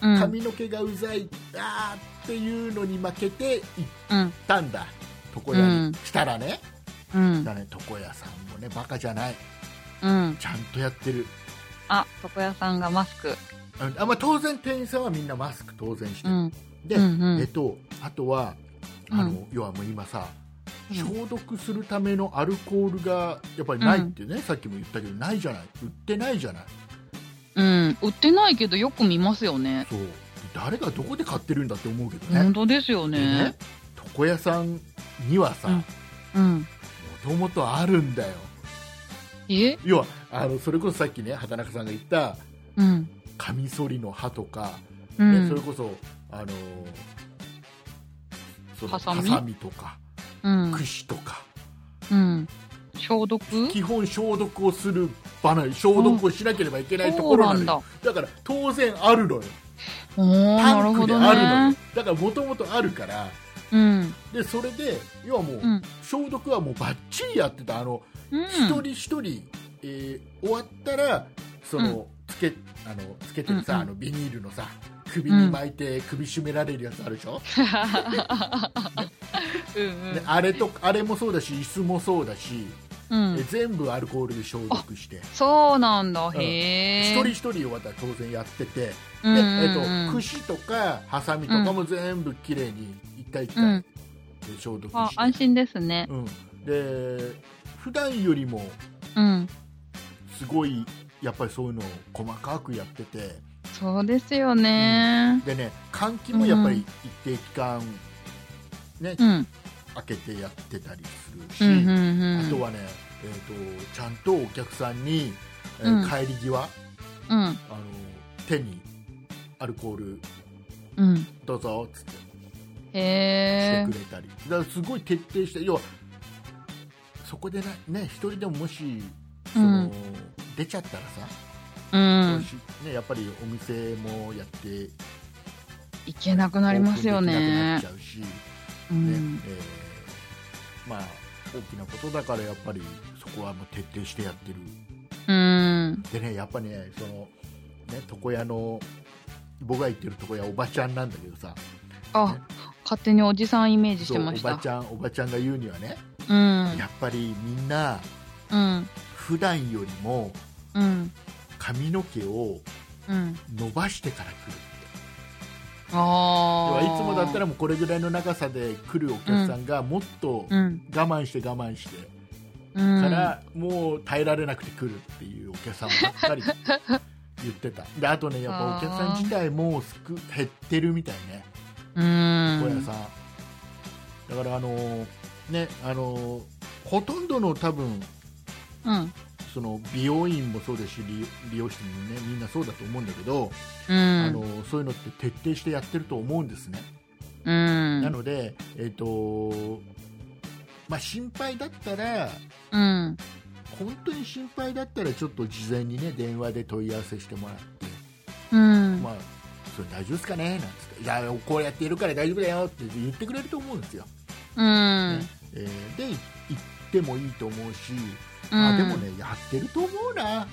Speaker 1: うん。うん。
Speaker 2: 髪の毛がうざいあーっていうのに負けて行っ
Speaker 1: うん。
Speaker 2: たんだ床屋
Speaker 1: う
Speaker 2: に
Speaker 1: ん
Speaker 2: したらね,、
Speaker 1: うん。
Speaker 2: だね床屋さんもねバカじゃない
Speaker 1: うん。
Speaker 2: ちゃんとやってる
Speaker 1: あ、床屋さんがマスク。
Speaker 2: ああ、まあ、当然店員さんはみんなマスク当然して
Speaker 1: う
Speaker 2: る、
Speaker 1: ん。
Speaker 2: で、
Speaker 1: うんうん
Speaker 2: えっと、あとはあの、
Speaker 1: う
Speaker 2: 要はもう今さ
Speaker 1: うん
Speaker 2: 消毒するためのアルコールがやっぱりないってね、さっきも言ったけどないじゃない売ってないじゃない
Speaker 1: うん。売ってないけど、よく見ますよね。
Speaker 2: そう誰がどこで買ってるんだって思うけどね,
Speaker 1: 本当ですよ
Speaker 2: でね、
Speaker 1: ね。
Speaker 2: 床屋さんにはさ
Speaker 1: うん
Speaker 2: も
Speaker 1: うん。
Speaker 2: ともとあるんだよ
Speaker 1: え
Speaker 2: 要はあのそれこそさっきね畑中さんが言った
Speaker 1: うん。
Speaker 2: カミソリの刃とか、
Speaker 1: う
Speaker 2: ね
Speaker 1: ん
Speaker 2: それ。こそあのその
Speaker 1: ハサミ
Speaker 2: ハサミとか
Speaker 1: うん。
Speaker 2: 櫛とか、
Speaker 1: うん。消毒
Speaker 2: 基本消毒をする場なの消毒をしなければいけないところなのよだから当然あるのよ
Speaker 1: おー、
Speaker 2: タ
Speaker 1: なる
Speaker 2: ンク
Speaker 1: ほ
Speaker 2: で
Speaker 1: ど
Speaker 2: あるのよ、
Speaker 1: ね。
Speaker 2: だからもともとあるから
Speaker 1: うん。
Speaker 2: でそれで要はもう、
Speaker 1: うん。
Speaker 2: 消毒はもうバッチリやってたあの
Speaker 1: うん。
Speaker 2: 一、人一人、えー終わったらその、つけあのつけてるさ、
Speaker 1: うんうん
Speaker 2: あのビニールのさ首に巻いて首絞められるやつあるでしょ、
Speaker 1: うん
Speaker 2: であ れとあれもそうだし椅子もそうだし、
Speaker 1: うん。う
Speaker 2: え
Speaker 1: ん。
Speaker 2: 全部アルコールで消毒して
Speaker 1: そうなんだ。
Speaker 2: ん
Speaker 1: へえ。
Speaker 2: 一人一人は当然やってて、
Speaker 1: うん
Speaker 2: で、
Speaker 1: うん
Speaker 2: えっと
Speaker 1: うん。
Speaker 2: 櫛とかハサミとかも全部きれいに一回一回で消毒
Speaker 1: あ
Speaker 2: し、て、
Speaker 1: 安心ですね。
Speaker 2: うん、で普段よりも
Speaker 1: うん。
Speaker 2: すごいやっぱりそういうのを細かくやってて
Speaker 1: そうですよね。
Speaker 2: でね換気もやっぱり一定期間、ね
Speaker 1: うん。
Speaker 2: 開けてやってたり
Speaker 1: う
Speaker 2: す
Speaker 1: ん。
Speaker 2: る
Speaker 1: う
Speaker 2: し、
Speaker 1: ん。うん
Speaker 2: あとはね、えー、とちゃんとお客さんに、えー
Speaker 1: うん
Speaker 2: 帰り際あ
Speaker 1: うん。
Speaker 2: の手にアルコール
Speaker 1: うん。
Speaker 2: どうぞっつってして
Speaker 1: へえ
Speaker 2: く。れたり、だからすごい徹底して要はそこでなね一人でももしその、
Speaker 1: うん
Speaker 2: 出ちゃったらさ、
Speaker 1: うん。
Speaker 2: しね、やっぱりお店もやって
Speaker 1: いけなくなりますよ
Speaker 2: オープンできなくなっ
Speaker 1: ね
Speaker 2: ち。ゃうし、ね
Speaker 1: う
Speaker 2: え
Speaker 1: ん。
Speaker 2: ーまあ大きなことだからやっぱりそこはもう徹底してやってる
Speaker 1: うん。
Speaker 2: でねやっぱねそのね床屋の僕が行ってる床屋おばちゃんなんだけどさ
Speaker 1: あ、勝手におじさんイメージし
Speaker 2: そ
Speaker 1: て
Speaker 2: うお
Speaker 1: まし
Speaker 2: ば
Speaker 1: た
Speaker 2: ち。ゃんおばちゃんが言うにはね、
Speaker 1: うん。
Speaker 2: やっぱりみんな
Speaker 1: うん。
Speaker 2: 普段よりも
Speaker 1: うん。
Speaker 2: 髪の毛を
Speaker 1: うん。
Speaker 2: 伸ばしてから来るって要
Speaker 1: あ
Speaker 2: は
Speaker 1: あ。
Speaker 2: いつもだったらもうこれぐらいの長さで来るお客さんがもっと我
Speaker 1: うん。
Speaker 2: 慢して我慢して
Speaker 1: うん。
Speaker 2: からもう耐えられなくて来るっていうお客さんばっかり言ってたであとねやっぱお客さん自体もうすく減ってるみたいね
Speaker 1: うん。
Speaker 2: 小屋さんだからあのーねあのーほとんどの多分
Speaker 1: うん。
Speaker 2: その美容院もそうですし利利容室もねみんなそうだと思うんだけど、
Speaker 1: う
Speaker 2: あ
Speaker 1: ん。
Speaker 2: のそういうのって徹底してやってると思うんですね、
Speaker 1: うん。
Speaker 2: なので、えっとまあ、心配だったら
Speaker 1: うん。
Speaker 2: 本当に心配だったらちょっと事前にね電話で問い合わせしてもらって、
Speaker 1: うん。
Speaker 2: まあ、それ大丈夫ですかねなんつっていやこうやっているから大丈夫だよって言ってくれると思うんですよ、
Speaker 1: うん。
Speaker 2: ねえーで行ってもいいと思うし、
Speaker 1: う
Speaker 2: あ
Speaker 1: ん
Speaker 2: でも。ねやってると思うな。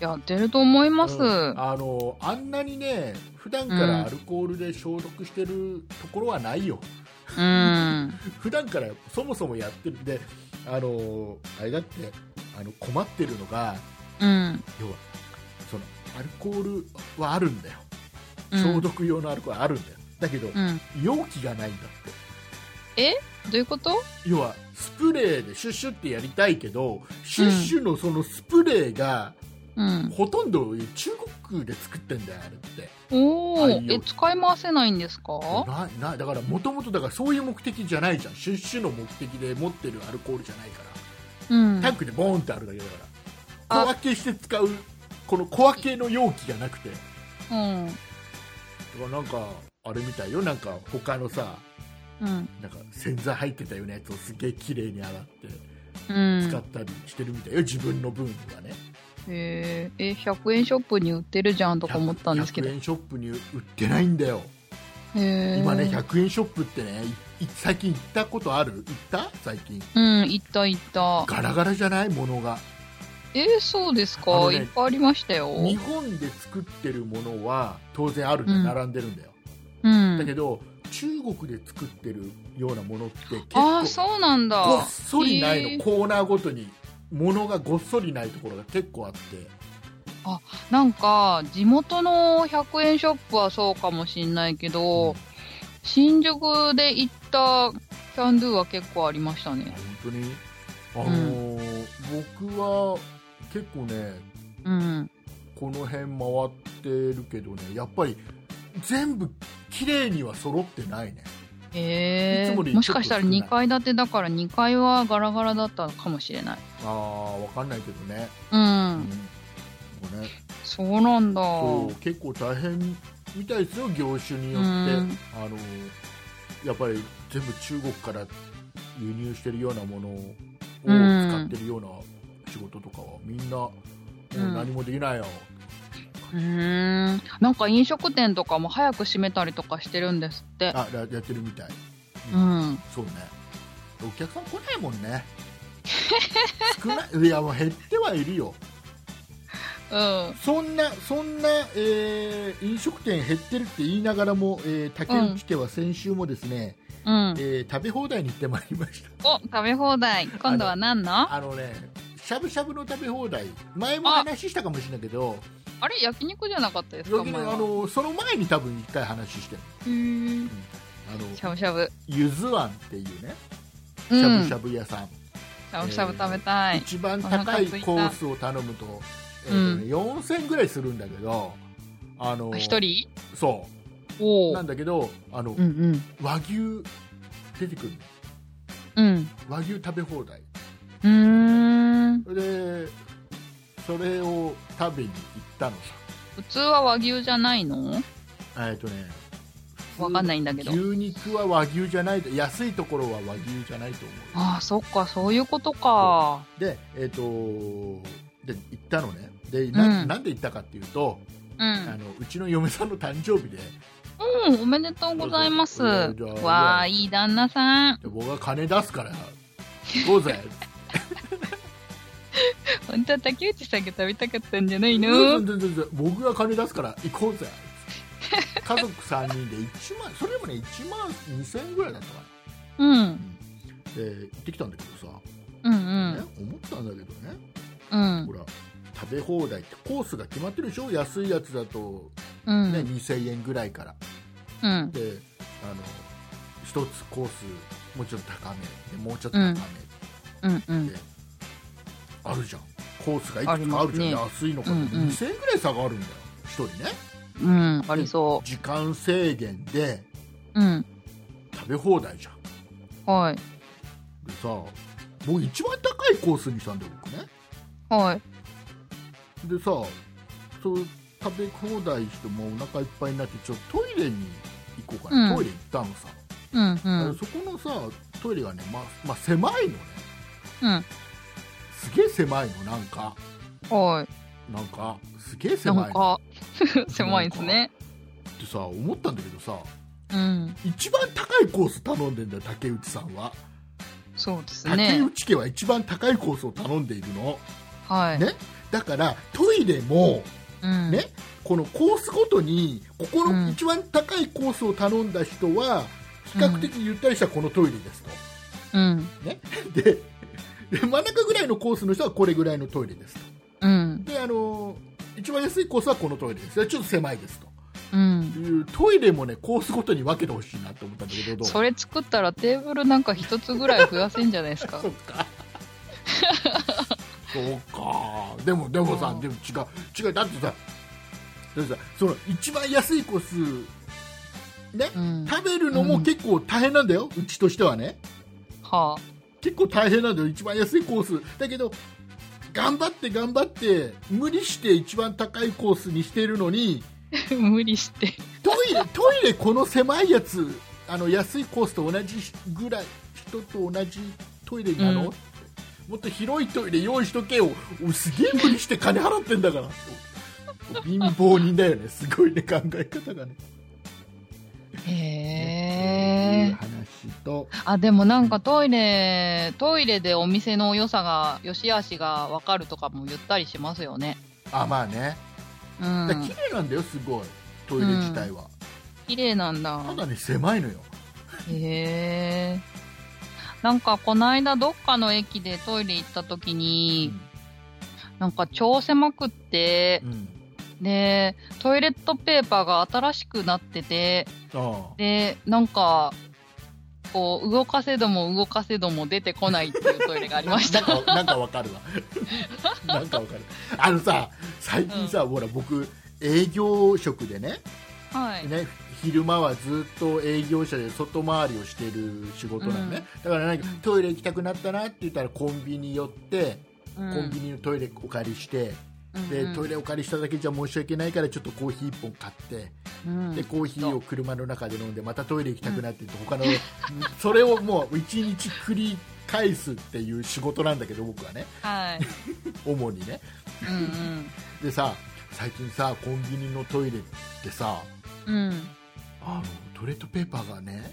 Speaker 1: やってると思います。
Speaker 2: うんあのあんなにね普段からアルコールで消毒してるところはないよ、
Speaker 1: うん。
Speaker 2: 普段からそもそもやってるであのあれだってあの困ってるのが
Speaker 1: うん。
Speaker 2: 要はそのアルコールはあるんだよ
Speaker 1: うん
Speaker 2: 消毒用のアルコールはあるんだよ、だけど、
Speaker 1: うん。
Speaker 2: 容器がないんだっ
Speaker 1: えどういうこと
Speaker 2: て要はスプレーでシュッシュってやりたいけどシュッシュのそのスプレーが
Speaker 1: うん。
Speaker 2: ほとんど中国で作ってんだよあれって
Speaker 1: お
Speaker 2: あ
Speaker 1: お
Speaker 2: いい。よ
Speaker 1: え、使い回せないんですか
Speaker 2: ななだからもともとだからそういう目的じゃないじゃんシュッシュの目的で持ってるアルコールじゃないから
Speaker 1: うん
Speaker 2: タ。ンクでボーンってあるだけだから
Speaker 1: あ
Speaker 2: 小分けして使うこの小分けの容器がなくて
Speaker 1: うん。
Speaker 2: なんかあれみたいよなんか他のさ
Speaker 1: うん。
Speaker 2: なんか洗剤入ってたようなやつをすげえ綺麗に洗って
Speaker 1: うん
Speaker 2: 使ったりしてるみたいよ、自分の分がね
Speaker 1: へえ、え、100円ショップに売ってるじゃんとか思ったんですけど。
Speaker 2: 100
Speaker 1: へ
Speaker 2: 円ショップに売ってないんだよ、
Speaker 1: え。
Speaker 2: 今ね100円ショップってねいい最近行ったことある行った最近
Speaker 1: うん、いったいった。
Speaker 2: ガラガラじゃないものが
Speaker 1: えー、そうです
Speaker 2: あ
Speaker 1: か、
Speaker 2: のね
Speaker 1: いっぱいありましたよ。
Speaker 2: 日本で作ってるものは当然あるんだよ、
Speaker 1: うん
Speaker 2: 並んでるんだよ
Speaker 1: うん。
Speaker 2: だけど中国で作ってるようなものって結
Speaker 1: ああ、
Speaker 2: 構
Speaker 1: そうなんだ。
Speaker 2: ごっそりない
Speaker 1: へー
Speaker 2: のコーナーごとに物がごっそりないところが結構あって
Speaker 1: なんか、地元の100円ショップはそうかもしんないけど、
Speaker 2: うん
Speaker 1: 新宿で行ったキャンドゥは結構ありました
Speaker 2: あ
Speaker 1: ね。
Speaker 2: 本当にあのー僕は結構ね
Speaker 1: うん。
Speaker 2: この辺回ってるけどねやっぱり全部綺麗には揃ってないねい
Speaker 1: へえ。
Speaker 2: つもより
Speaker 1: もしかしたら
Speaker 2: ちょっと少ない
Speaker 1: 2階建てだから2階はガラガラだったかもしれない。
Speaker 2: ああわかんないけどね,、
Speaker 1: う
Speaker 2: うん
Speaker 1: ん。
Speaker 2: ここね
Speaker 1: そうなんだ。
Speaker 2: そう結構大変みたいですよ業種によっ
Speaker 1: う
Speaker 2: て、
Speaker 1: ん
Speaker 2: あのやっぱり全部中国から輸入してるようなものを
Speaker 1: うん
Speaker 2: 使ってるような仕事とかはみんなもう
Speaker 1: うん
Speaker 2: 何もできないよ、
Speaker 1: うーん。なんか飲食店とかも早く閉めたりとかしてるんですって。
Speaker 2: あらやってるみたい
Speaker 1: うん。
Speaker 2: そうねお客さん来ないもんね少ないいやもう減ってはいるよ
Speaker 1: うん。
Speaker 2: そんなそんな、えー飲食店減ってるって言いながらも、えー竹内家は先週もですね、
Speaker 1: うん。
Speaker 2: えー食べ放題に行ってまいりました
Speaker 1: お、食べ放題。今度は何のあ
Speaker 2: あのねしゃぶしゃぶの食べ放題前も話したかもしれないけど
Speaker 1: れ焼肉じゃなかったですか
Speaker 2: よきね
Speaker 1: 前は
Speaker 2: あのその前に多分一回話してる
Speaker 1: うーん
Speaker 2: あの
Speaker 1: しゃぶしゃぶ。
Speaker 2: ゆず庵っていうね
Speaker 1: うん
Speaker 2: しゃぶしゃぶ屋さん、
Speaker 1: しゃぶしゃぶ食べたい。
Speaker 2: 一番
Speaker 1: お
Speaker 2: 高
Speaker 1: 腹
Speaker 2: い
Speaker 1: すいた
Speaker 2: コースを頼むと,、えーとね4000ぐらいするんだけどあの
Speaker 1: あ一人
Speaker 2: そ
Speaker 1: お
Speaker 2: う
Speaker 1: お
Speaker 2: な。んだけどあの、
Speaker 1: うん
Speaker 2: 和牛出てくるの
Speaker 1: うん。うん。
Speaker 2: 和牛食べ放題
Speaker 1: うーん。
Speaker 2: でそれを食べに行ったのさ
Speaker 1: 普通は和牛じゃないの
Speaker 2: えっとね
Speaker 1: わかんないんだけど
Speaker 2: 牛肉は和牛じゃないと安いところは和牛じゃないと思う
Speaker 1: ああ、そっか、そういうことか。
Speaker 2: でえっ、とで行ったのねでな,、
Speaker 1: うん
Speaker 2: ん、なんで行ったかっていうと、
Speaker 1: う
Speaker 2: あ
Speaker 1: ん。
Speaker 2: のうちの嫁さんの誕生日で
Speaker 1: うん、おめでとうございます。
Speaker 2: そうそうそう
Speaker 1: わあ、いい旦那さん。
Speaker 2: で僕が金出すから行こうぜ
Speaker 1: 本当は竹内さんが食べたかったんじゃない
Speaker 2: うん
Speaker 1: の
Speaker 2: うんうんうんうん僕が金出すから行こうぜ家族3人で1万それもね1万2000円ぐらいだったか
Speaker 1: うん。
Speaker 2: なで行ってきたんだけどさ、
Speaker 1: うんう
Speaker 2: ね
Speaker 1: ん。、
Speaker 2: 思ったんだけどね
Speaker 1: うん
Speaker 2: ほ。ら食べ放題ってコースが決まってるでしょ安いやつだと、
Speaker 1: う
Speaker 2: ね
Speaker 1: ん。
Speaker 2: 2000円ぐらいから
Speaker 1: うん。
Speaker 2: であの一つコースもうちょっと高めでもうちょっと高め、
Speaker 1: うんうんうん。
Speaker 2: あるじゃんコースがい
Speaker 1: あ
Speaker 2: く
Speaker 1: り
Speaker 2: つか
Speaker 1: ま
Speaker 2: あ
Speaker 1: す
Speaker 2: るじゃん、
Speaker 1: ね
Speaker 2: 安いのか、
Speaker 1: うんうん
Speaker 2: 2000円ぐらい差があるんだよ1人ね
Speaker 1: うん、ありそ
Speaker 2: 時間制限で
Speaker 1: う。うん。
Speaker 2: 食べ放題じゃん
Speaker 1: はい。
Speaker 2: でさ僕一番高いコースにしたんだよ僕ね
Speaker 1: はい。
Speaker 2: でさそう食べ放題してもうお腹いっぱいになってちょっとトイレに行こうかな、
Speaker 1: うん
Speaker 2: トイレ行ったのさ、
Speaker 1: うんう
Speaker 2: あの
Speaker 1: ん。
Speaker 2: そこのさトイレがねままあ狭いのね
Speaker 1: うん。
Speaker 2: すげえ狭いのなんか
Speaker 1: はい。
Speaker 2: なんかすげえ
Speaker 1: な
Speaker 2: 狭い
Speaker 1: ん
Speaker 2: の
Speaker 1: か、狭いですね。
Speaker 2: ってさ思ったんだけどさ
Speaker 1: うん。
Speaker 2: 一番高いコース頼んでんだよ竹内さんは、
Speaker 1: そうです
Speaker 2: 竹
Speaker 1: ね。
Speaker 2: 内家は一番高いコースを頼んでいるの
Speaker 1: はい。
Speaker 2: ねだからトイレも
Speaker 1: うん。
Speaker 2: ねこのコースごとにここ
Speaker 1: うん
Speaker 2: の一番高いコースを頼んだ人は比較的ゆったりしたこのトイレですと、
Speaker 1: うん。
Speaker 2: ね、でで真ん中ぐらいのコースの人はこれぐらいのトイレですと
Speaker 1: うん。
Speaker 2: であの一番安いコースはこのトイレですちょっと狭いですと
Speaker 1: うん。
Speaker 2: いうトイレもねコースごとに分けてほしいなと思ったんだけどどう
Speaker 1: それ作ったらテーブルなんか一つぐらい増やせんじゃないですか
Speaker 2: そ。っか そうかでもでもさ
Speaker 1: うん
Speaker 2: でも違う違うだってさだってさその一番安いコースね、
Speaker 1: うん。は
Speaker 2: 食べるのも結構大変なんだよ、うちとしてはね
Speaker 1: あ。
Speaker 2: 結構大変なんだよ一番安いコースだけど頑張って頑張って無理して一番高いコースにしてるのに
Speaker 1: 無理して。
Speaker 2: トイレトイレこの狭いやつあの安いコースと同じぐらい人と同じトイレなの、
Speaker 1: うん
Speaker 2: もっと広いトイレ用意しとけよおすげえ無理して金払ってんだから貧乏人だよねすごいね考え方がね
Speaker 1: へ
Speaker 2: いう
Speaker 1: え。
Speaker 2: 話と
Speaker 1: あ、でもなんかトイレ、トイレでお店の良さが、良し悪しがわかるとかも言ったりしますよね。
Speaker 2: あまあね
Speaker 1: う
Speaker 2: だから綺
Speaker 1: ん。
Speaker 2: 麗なんだよすごいトイレ自体は、
Speaker 1: 綺麗なんだ。
Speaker 2: ただね狭いのよ
Speaker 1: へえ。なんかこの間どっかの駅でトイレ行った時に、なんか超狭くって
Speaker 2: う、ん
Speaker 1: で、トイレットペーパーが新しくなってて、
Speaker 2: あ
Speaker 1: で、なんか、こう、動かせども動かせども出てこないっていうトイレがありまし
Speaker 2: あ
Speaker 1: た。
Speaker 2: なんかなんかわかる わなんかわかるあのさ最近さ、ほら僕営業職でね
Speaker 1: はい。
Speaker 2: ね昼間はずっと営業者で外回りをしてる仕事なのね、だからなんか
Speaker 1: うん
Speaker 2: トイレ行きたくなったなって言ったらコンビニ寄って、
Speaker 1: コ
Speaker 2: コンビニのトイレお借りして、
Speaker 1: ニ
Speaker 2: でトイ
Speaker 1: レ、
Speaker 2: レお借りしただけじゃ申し訳ないからちょっとコーヒー1本買って、
Speaker 1: うん
Speaker 2: でコーヒーを車の中で飲んでまたトイレ行きたくなってって他の、それをもう1日繰り返すっていう仕事なんだけど僕はね
Speaker 1: はい。
Speaker 2: 主にね
Speaker 1: うん
Speaker 2: でさ最近さコンビニのトイレってさ
Speaker 1: うん。
Speaker 2: あのトイレットペーパーがね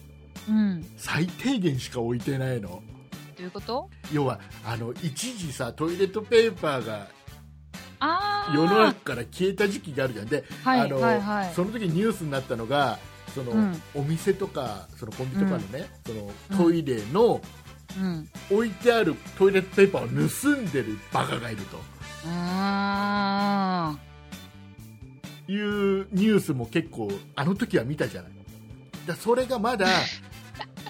Speaker 1: うん。うん。
Speaker 2: 最低限しか置いてないの
Speaker 1: どういうこと
Speaker 2: 要はあの一時さトイレットペーパーが
Speaker 1: ああ。
Speaker 2: 世の中から消えた時期があるじゃんで
Speaker 1: は
Speaker 2: あ
Speaker 1: い
Speaker 2: の
Speaker 1: はいはい。
Speaker 2: その時ニュースになったのがその、
Speaker 1: うん
Speaker 2: お店とかそのコンビニとかのね、そのトイレの
Speaker 1: うん。
Speaker 2: 置いてあるトイレットペーパーを盗んでるバカがいると
Speaker 1: あ
Speaker 2: いうニュースも結構あの時は見たじゃないだそれがま だ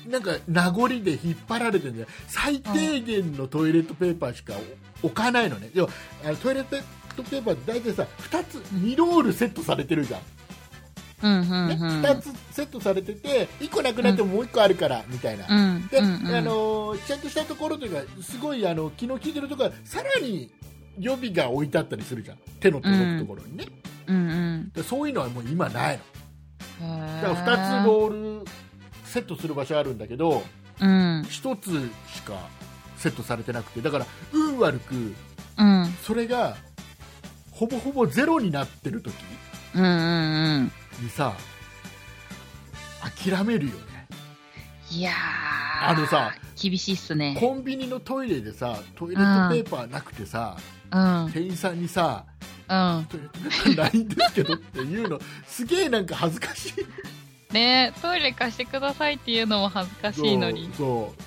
Speaker 2: なんか名残で引っ張られてるんじゃない最低限のトイレットペーパーしか置かないのね要はあのトイレットペーパーって大体さ2つ2ロールセットされてるじゃん
Speaker 1: ー。うんうん
Speaker 2: ね、
Speaker 1: うん。
Speaker 2: 2つセットされてて1個なくなってももう1個あるからみたいな、
Speaker 1: うん。
Speaker 2: で、
Speaker 1: うんうん
Speaker 2: あ、のーちゃんとしたところというかすごいあの気の利いてるところはさらに予備が置いてあったりするじゃん手の届くところにね、
Speaker 1: うんうん。
Speaker 2: でそういうのはもう今ないの
Speaker 1: だ
Speaker 2: だから2つロールセットする場所あるんだけど
Speaker 1: うん。
Speaker 2: 1つしかセットされてなくてだから運悪く
Speaker 1: うん。
Speaker 2: それがほぼほぼゼロになってる時
Speaker 1: うんうんうん。
Speaker 2: にさ諦めるよね
Speaker 1: いやー。
Speaker 2: あのさ、
Speaker 1: 厳しいっすね。
Speaker 2: コンビニのトイレでさトイレットペーパーなくてさ、
Speaker 1: うん。うん。
Speaker 2: 店員さんにさ
Speaker 1: うん。
Speaker 2: トイレットペーパー ないんですけどっていうのすげえなんか恥ずかしい
Speaker 1: ねえトイレ貸してくださいっていうのも恥ずかしいのに。
Speaker 2: そう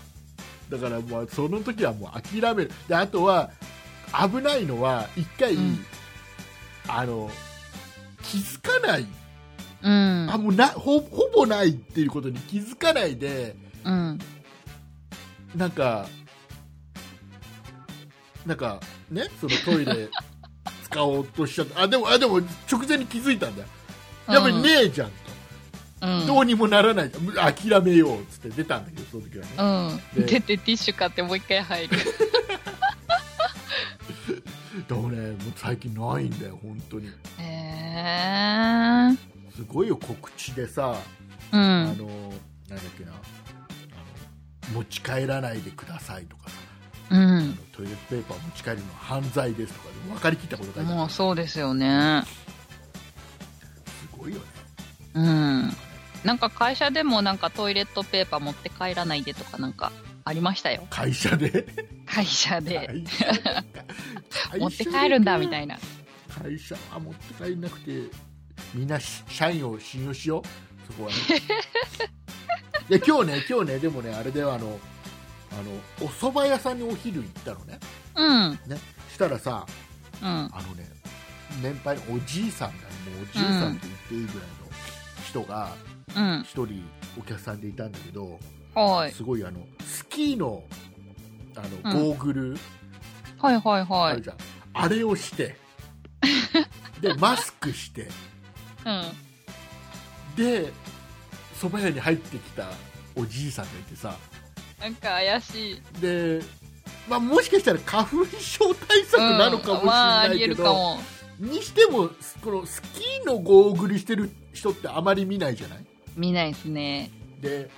Speaker 2: そうだからもうその時はもう諦めるであとは危ないのは一回、
Speaker 1: うん
Speaker 2: あの気づかない
Speaker 1: うん
Speaker 2: あ。もうなほほぼないっていうことに気づかないで
Speaker 1: うん。
Speaker 2: なんかなんかねそのトイレ使おうとしちゃったあでもあでも直前に気づいたんだよやっぱりねえじゃんと、
Speaker 1: うん。
Speaker 2: どうにもならないじゃんむ諦めようっつって出たんだけどその時はね、
Speaker 1: うん。
Speaker 2: で
Speaker 1: 出てティッシュ買ってもう一回入 る。
Speaker 2: でもねもう最近ないんだよ本当に
Speaker 1: へえー。
Speaker 2: すごいよ告知でさ、
Speaker 1: う
Speaker 2: あのなん
Speaker 1: ん。
Speaker 2: だっけなあの持ち帰らないでくださいとかさ
Speaker 1: うん。
Speaker 2: トイレットペーパー持ち帰るのは犯罪ですとかで分かりきったこと書いてあ
Speaker 1: も
Speaker 2: る
Speaker 1: うそうですよね。
Speaker 2: すごいよね
Speaker 1: うん。なんか会社でもなんかトイレットペーパー持って帰らないでとかなんかありましたよ。
Speaker 2: 会社で
Speaker 1: 会社で。
Speaker 2: 会社で か
Speaker 1: 持って帰るんだみたいな。
Speaker 2: 会社は持って帰んなくてみんなし社員を信用しようそこは ねいや今日ね今日ねでもねあれではあのあのお蕎麦屋さんにお昼行ったのね
Speaker 1: うん。
Speaker 2: ねしたらさ
Speaker 1: うん。
Speaker 2: あのね年配のおじいさんだねもうおじいさんって言っていいぐらいの人が
Speaker 1: うん。
Speaker 2: 一人お客さんでいたんだけど、
Speaker 1: はい。
Speaker 2: すごいあのスキーのあ
Speaker 1: う
Speaker 2: の
Speaker 1: ん
Speaker 2: ゴーグル
Speaker 1: はいはい
Speaker 2: あ
Speaker 1: は
Speaker 2: る
Speaker 1: い。
Speaker 2: じゃん、あれをして でマスクして
Speaker 1: うん。
Speaker 2: で蕎麦屋に入ってきたおじいさんがいてさ
Speaker 1: なんか怪しい。
Speaker 2: で、まあ、もしかしたら花粉症対策なのかもしれ
Speaker 1: まあ、あ
Speaker 2: ない
Speaker 1: りえ
Speaker 2: け
Speaker 1: る
Speaker 2: ど、
Speaker 1: かも。
Speaker 2: にしてもこのスキーのゴーグルしてる人ってあまり見ないじゃない
Speaker 1: 見ないですね。
Speaker 2: で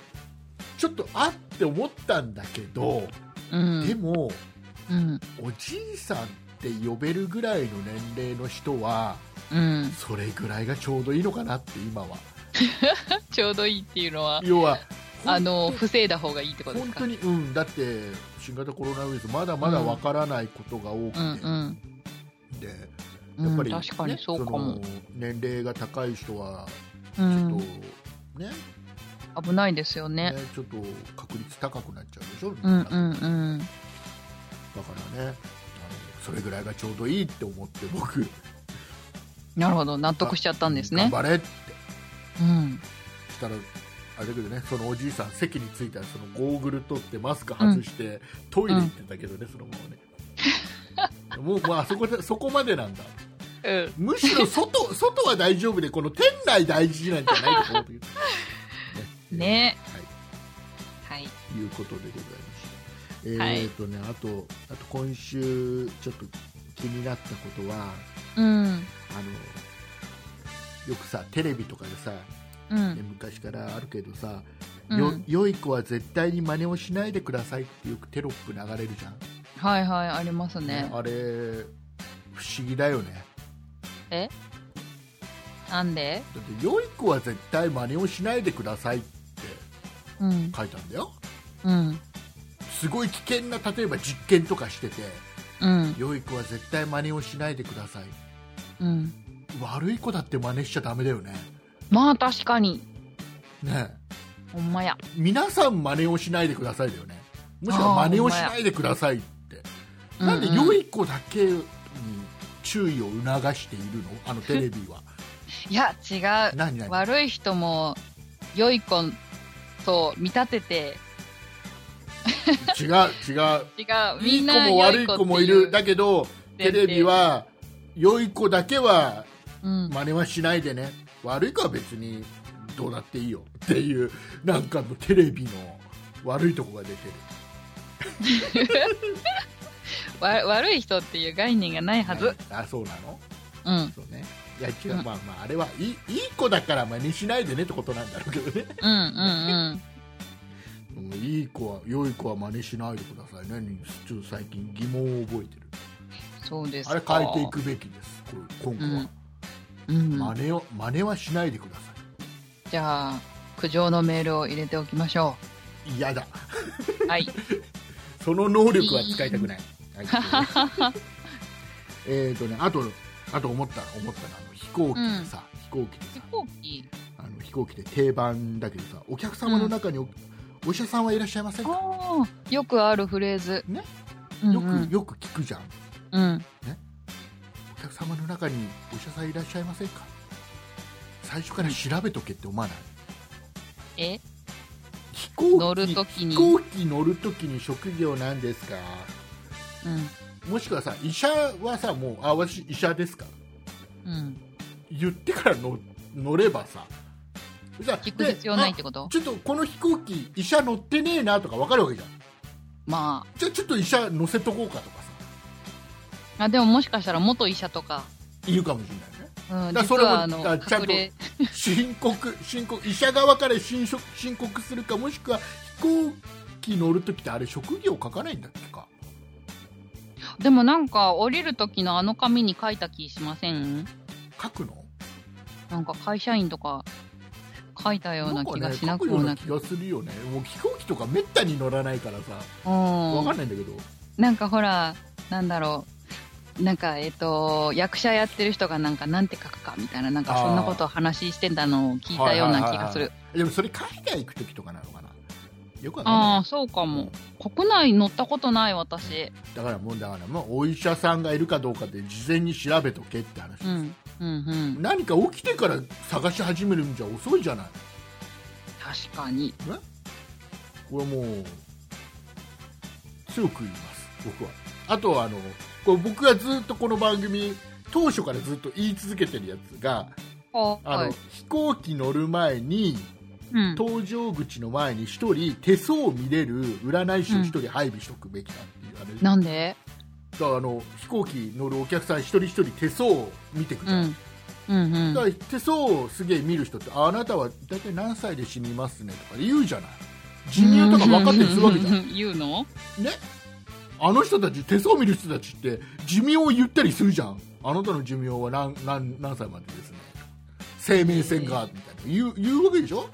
Speaker 2: ちょっとあって思ったんだけど、
Speaker 1: う
Speaker 2: で
Speaker 1: ん。
Speaker 2: も
Speaker 1: うん。
Speaker 2: おじいさんって呼べるぐらいの年齢の人は
Speaker 1: うん。
Speaker 2: それぐらいがちょうどいいのかなって今は
Speaker 1: ちょうどいいっていうのは、
Speaker 2: 要は
Speaker 1: あの、防いだ方がいいってことで
Speaker 2: 本
Speaker 1: す
Speaker 2: 当
Speaker 1: か。
Speaker 2: に、うん、だって新型コロナウイルスまだまだわからないことが多くて、
Speaker 1: うんうん。
Speaker 2: で
Speaker 1: うん
Speaker 2: やっぱり、
Speaker 1: 確かに
Speaker 2: ね
Speaker 1: そうかも
Speaker 2: の。年齢が高い人は
Speaker 1: う
Speaker 2: ちょっと、
Speaker 1: ん。
Speaker 2: ね
Speaker 1: 危ないですよ
Speaker 2: ね
Speaker 1: ね。
Speaker 2: ちょっと確率高くなっちゃうでしょ、
Speaker 1: うんう
Speaker 2: だからね
Speaker 1: ん
Speaker 2: あのそれぐらいがちょうどいいって思って僕
Speaker 1: うん。なるほど。納得しちゃったんですね。
Speaker 2: 頑張れって
Speaker 1: うん。
Speaker 2: したらあれだけどねそのおじいさん席に着いたらそのゴーグル取ってマスク外して、トイレ行ってたけどね、そのままねもう、まあ、そこでそこまでなんだ
Speaker 1: うん。
Speaker 2: むしろ外外は大丈夫でこの店内大事なんじゃないかと思ってね
Speaker 1: ね。はい。
Speaker 2: えーいうことでございましたえ
Speaker 1: はい
Speaker 2: ーっとね、あとあと今週ちょっと気になったことは
Speaker 1: うん。
Speaker 2: あのよくさテレビとかでさ、
Speaker 1: うん。
Speaker 2: 昔からあるけどさ、
Speaker 1: うん
Speaker 2: よ良い子は絶対に真似をしないでくださいってよくテロップ流れるじゃん、
Speaker 1: はいはい、ありますね。
Speaker 2: あれ不思議だよね
Speaker 1: なんで
Speaker 2: だって良い子は絶対真似をしないでくださいって
Speaker 1: うん。
Speaker 2: 書いたんだよ
Speaker 1: うん。
Speaker 2: すごい危険な例えば実験とかしてて
Speaker 1: うん。
Speaker 2: 良い子は絶対真似をしないでください
Speaker 1: うん。
Speaker 2: 悪い子だって真似しちゃダメだよね
Speaker 1: まあ確かに。
Speaker 2: ね
Speaker 1: ほんまや。
Speaker 2: え皆さん真似をしないでくださいだよねむしろ真似をしないでくださいってなんで
Speaker 1: うんうん
Speaker 2: 良い子だけに注意を促しているのあのテレビ は
Speaker 1: いや、違
Speaker 2: 何何
Speaker 1: う。悪い人も、良い子と見立てて、
Speaker 2: 違う違う
Speaker 1: 違う。
Speaker 2: い
Speaker 1: み
Speaker 2: い
Speaker 1: ん
Speaker 2: 子
Speaker 1: な
Speaker 2: も
Speaker 1: 良
Speaker 2: 悪
Speaker 1: い
Speaker 2: い
Speaker 1: 子
Speaker 2: 子もいるだ
Speaker 1: け
Speaker 2: けどテレビ、は良い子だけは
Speaker 1: うん。
Speaker 2: 真似はしないでね悪い子は別にどうだっていいよっていうなんかもうテレビの悪いとこが出てる
Speaker 1: わ悪い人っていう概念がないはず。
Speaker 2: あそうなの
Speaker 1: うん。
Speaker 2: そうねいや違う、
Speaker 1: うん
Speaker 2: まあまああれはいいいい子だから真似しないでねってことなんだろうけどね
Speaker 1: うんうん
Speaker 2: うんいい子は良い子は真似しないでくださいねちょっと最近疑問を覚えてる
Speaker 1: うん。そうです
Speaker 2: あれ
Speaker 1: か。
Speaker 2: 変えていくべきですこれ今後は、
Speaker 1: うん。
Speaker 2: 真似を真似はしないでくださ
Speaker 1: じゃあ、苦情のメールを入れておきましょ
Speaker 2: い嫌だ
Speaker 1: う。はい。
Speaker 2: その能力は使いたくない、 はいえっとねあとあと思った思ったのあの飛行機でさ、飛行機で
Speaker 1: 飛
Speaker 2: さ
Speaker 1: 行機
Speaker 2: あの飛行機で定番だけどさお客様の中にお,、お医者さんはいらっしゃいませんか
Speaker 1: ああ、よくあるフレーズ。
Speaker 2: ね。
Speaker 1: うん
Speaker 2: よ
Speaker 1: うん
Speaker 2: くよく聞くじゃん
Speaker 1: うん。
Speaker 2: お客様の中にお医者さんいらっしゃいませんか最初から調べとけって思わない
Speaker 1: え
Speaker 2: 飛行機
Speaker 1: 乗る時に
Speaker 2: 飛行機乗るときに職業なんですか
Speaker 1: うん。
Speaker 2: もしくはさ医者はさもうあ私医者ですか
Speaker 1: うん。
Speaker 2: 言ってから乗乗ればささ
Speaker 1: 聞く必要ないってこと
Speaker 2: であちょっとこの飛行機医者乗ってねえなとか分かるわけじゃん
Speaker 1: ま
Speaker 2: じゃあちょっと医者乗せとこうかとかさ
Speaker 1: あ。あ、でももしかしたら元医者とか。
Speaker 2: 言うかもしれないよね
Speaker 1: うん。
Speaker 2: だから
Speaker 1: 実
Speaker 2: それも
Speaker 1: は、あの、
Speaker 2: あちゃんと
Speaker 1: 隠れ、
Speaker 2: 申告申告医者側から申告申告するかもしくは飛行機乗るときってあれ職業書かないんだっけか
Speaker 1: でもなんか、降りる時のあの紙に書いた気しません
Speaker 2: 書くの
Speaker 1: なんか会社員とか書いたような気がしなく
Speaker 2: んかね書くよ
Speaker 1: も
Speaker 2: う
Speaker 1: な
Speaker 2: な
Speaker 1: く。
Speaker 2: 気がするよねもう飛行機とかめったに乗らないからさ
Speaker 1: う
Speaker 2: 分か
Speaker 1: ん。
Speaker 2: んないんだけど、
Speaker 1: なんかほら、なんだろう。なんか、えっ、と、役者やってる人がなんか、なんて書くかみたいな、なんかそんなことを話してたのを聞いたような気がする。
Speaker 2: でもそれ海外行く時とかなのかなよくわかんない
Speaker 1: ああ、そうかも。国内乗ったことない私。
Speaker 2: だからもうだからもうお医者さんがいるかどうかで事前に調べとけって話で
Speaker 1: う
Speaker 2: す、
Speaker 1: ん。うんうん。
Speaker 2: 何か起きてから探し始めるんじゃ遅いじゃない
Speaker 1: 確かに。
Speaker 2: これはもう強く言います僕はあとはあのこれ僕がずっとこの番組当初からずっと言い続けてるやつが
Speaker 1: は
Speaker 2: あの、
Speaker 1: い。
Speaker 2: 飛行機乗る前に
Speaker 1: うん。
Speaker 2: 搭乗口の前に1人手相を見れる占い師を1人配備しとくべきだっていう話、
Speaker 1: なんで
Speaker 2: だからあの飛行機乗るお客さん一人一人手相を見てく
Speaker 1: う
Speaker 2: じゃん、
Speaker 1: ん。うんうん
Speaker 2: だ。から手相をすげえ見る人ってああなたは大体何歳で死にますねとか言うじゃない寿命とか分かってるわけじゃんね
Speaker 1: ん。 言うの
Speaker 2: あの人たち手相見る人たちって寿命を言ったりするじゃんあなたの寿命は何何何歳までですね生命線がみたいな言う言うわけでしょ、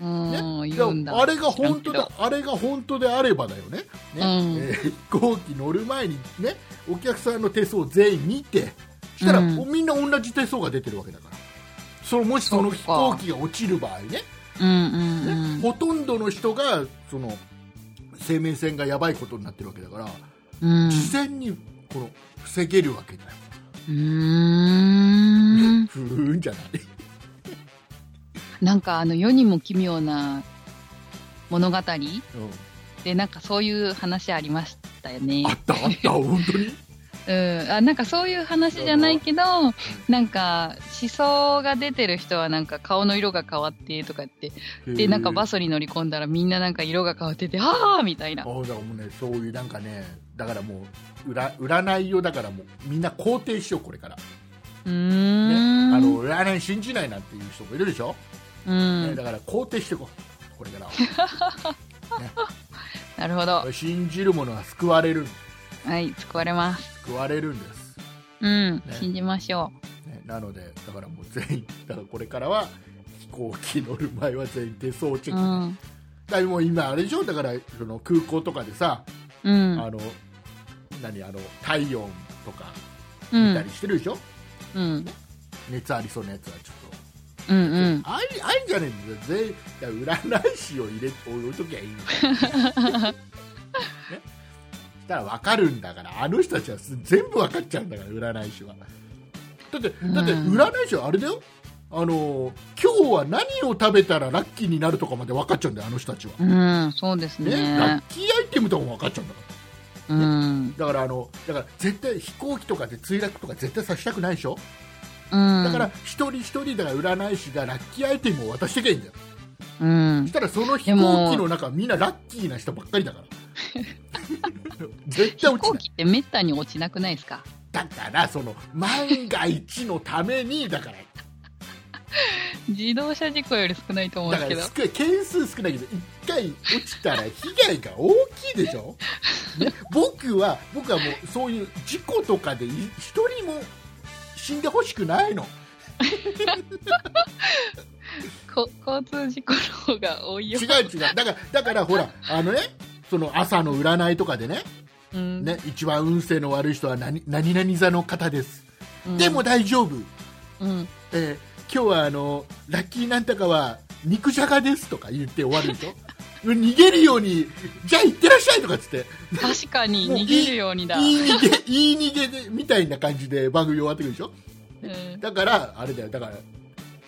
Speaker 1: うん。
Speaker 2: ね、
Speaker 1: 言うんだ。
Speaker 2: あれが本当
Speaker 1: 知らん
Speaker 2: だあれが本当であればだよねね、
Speaker 1: うん
Speaker 2: えー飛行機乗る前にねお客さんの手相を全員見てしたら、
Speaker 1: うん
Speaker 2: おみんな同じ手相が出てるわけだからそのもしその
Speaker 1: そっ
Speaker 2: 飛
Speaker 1: か
Speaker 2: 行機が落ちる場合ねね、
Speaker 1: けど。うんうん
Speaker 2: ほとんどの人がその生命線がやばいことになってるわけだから、
Speaker 1: うん。うん。
Speaker 2: 事前にこの防げるわけだよ、
Speaker 1: うーん。
Speaker 2: ふーんじゃない
Speaker 1: なんかあの世にも奇妙な物語でなんかそういう話ありましたよね
Speaker 2: あ。ったあった本当に
Speaker 1: うん。あ、なんかそういう話じゃないけど、なんか思想が出てる人はなんか顔の色が変わってとかって、でなんかバスに乗り込んだらみんななんか色が変わってて、ああみたいな。
Speaker 2: あだからもうねそういうなんかねだからもう占占いをだからもうみんな肯定しようこれから、ね、
Speaker 1: うーん。
Speaker 2: あの占い信じないなんていう人もいるでしょ、
Speaker 1: う
Speaker 2: ね
Speaker 1: ん。
Speaker 2: だから肯定していこうこれから
Speaker 1: なるほど。
Speaker 2: は信じる者は救われる
Speaker 1: はい、救われます。
Speaker 2: 救われるんです、
Speaker 1: うん。
Speaker 2: ね
Speaker 1: 信じましょ
Speaker 2: ね、なのでだからもう全員だからこれからは飛行機乗る前は全員手相チ
Speaker 1: う。
Speaker 2: ェッ
Speaker 1: う
Speaker 2: ク、
Speaker 1: ん。
Speaker 2: だからもう今あれでしょだからその空港とかでさ、
Speaker 1: うん。
Speaker 2: あの何あの体温とか
Speaker 1: う
Speaker 2: 見た
Speaker 1: ん
Speaker 2: り。してるでしょ、
Speaker 1: うん。
Speaker 2: 熱ありそうなやつはちょっと
Speaker 1: うん。うん。
Speaker 2: ありありじゃねえんだよ全員だから占い師を入れ置いときゃいいのねしたら分かる んだからあの人たちはす全部分かっちゃうんだから占い師はだって
Speaker 1: ん
Speaker 2: だって占い師はあれだよあの今日は何を食べたらラッキーになるとかまで分かっちゃうんだよあの人たちは、
Speaker 1: うん。そうです
Speaker 2: ねラ
Speaker 1: ね
Speaker 2: ッ。キーアイテムとかも分かっちゃうんだから
Speaker 1: うん。
Speaker 2: だからあのだから絶対飛行機とかで墜落とか絶対させたくないでしょ、
Speaker 1: うん。
Speaker 2: だから一人一人だから占い師がラッキーアイテムを渡してけばいいんだよ
Speaker 1: うん
Speaker 2: そし。たらその飛
Speaker 1: でも
Speaker 2: 行機の中みんなラッキーな人ばっかりだから絶対
Speaker 1: 飛
Speaker 2: 落
Speaker 1: 行
Speaker 2: ちない
Speaker 1: 機ってめったに落ちなくないですか
Speaker 2: だからその万が一のためにだから
Speaker 1: 自動車事故より少ないと思うん
Speaker 2: だ
Speaker 1: です
Speaker 2: か
Speaker 1: け
Speaker 2: ら
Speaker 1: ど。
Speaker 2: 少ない件数少ないけど1回落ちたら被害が大きいでしょ、ね、僕は僕はもうそういう事故とかでい一人も死んでほしくないの
Speaker 1: こ交通事故の方が多いよ
Speaker 2: 違う。違うだからだからほらあのねその朝の占いとかでね
Speaker 1: うん
Speaker 2: ね一番運勢の悪い人は何何々座の方です、でも、大丈夫
Speaker 1: うん。
Speaker 2: えー今日はあのラッキーなんとかは肉じゃがですとか言って終わるでしょ 逃げるようにじゃあ行ってらっしゃいとかっつって
Speaker 1: 確かに
Speaker 2: もういい
Speaker 1: 逃げるようにだ。
Speaker 2: 言い逃げ言い逃げでみたいな感じで番組終わってくるでしょ
Speaker 1: うん
Speaker 2: だからあれだよだから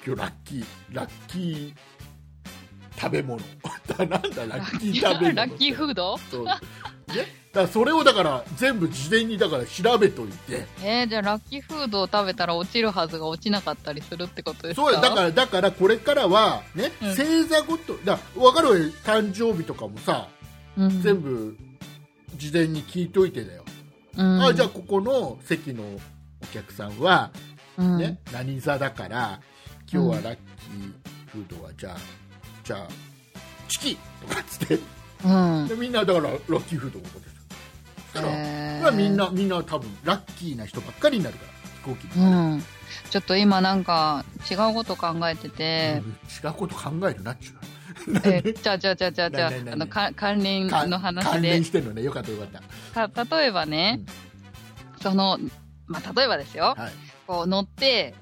Speaker 2: 今日ラッキーラッキー食べ物 なんだラッキー食べ物
Speaker 1: ラッキーフード
Speaker 2: そうねだからそれをだから全部事前にだから調べといて
Speaker 1: えー、じゃあラッキーフードを食べたら落ちるはずが落ちなかったりするってことですか
Speaker 2: そうだだからだからこれからはね、
Speaker 1: うん
Speaker 2: 星座ごとだ分かるわよ誕生日とかもさ
Speaker 1: ら、うん、
Speaker 2: 全部事前に聞いといてだよ、
Speaker 1: うん、
Speaker 2: あじゃあここの席のお客さんは、
Speaker 1: うん、
Speaker 2: ね何座だから今日はラッキーフードはじゃあじゃあチキとかっつって
Speaker 1: うん。
Speaker 2: でみんなだからラッキーフードを持ってるそしたら、
Speaker 1: え
Speaker 2: まあみん。なみんな多分ラッキーな人ばっかりになるから飛行機
Speaker 1: う
Speaker 2: に、
Speaker 1: ん。ちょっと今なんか違うこと考えてて、
Speaker 2: 違うこと考えるなっちゅう
Speaker 1: えーじゃあじゃあじゃあじゃあじゃあ
Speaker 2: なになになに
Speaker 1: あのか関連
Speaker 2: か
Speaker 1: の話
Speaker 2: 関
Speaker 1: で
Speaker 2: 連してるのねよかったよかった
Speaker 1: た例えばね、その、まあ、例えばですよ、
Speaker 2: はい
Speaker 1: こう乗って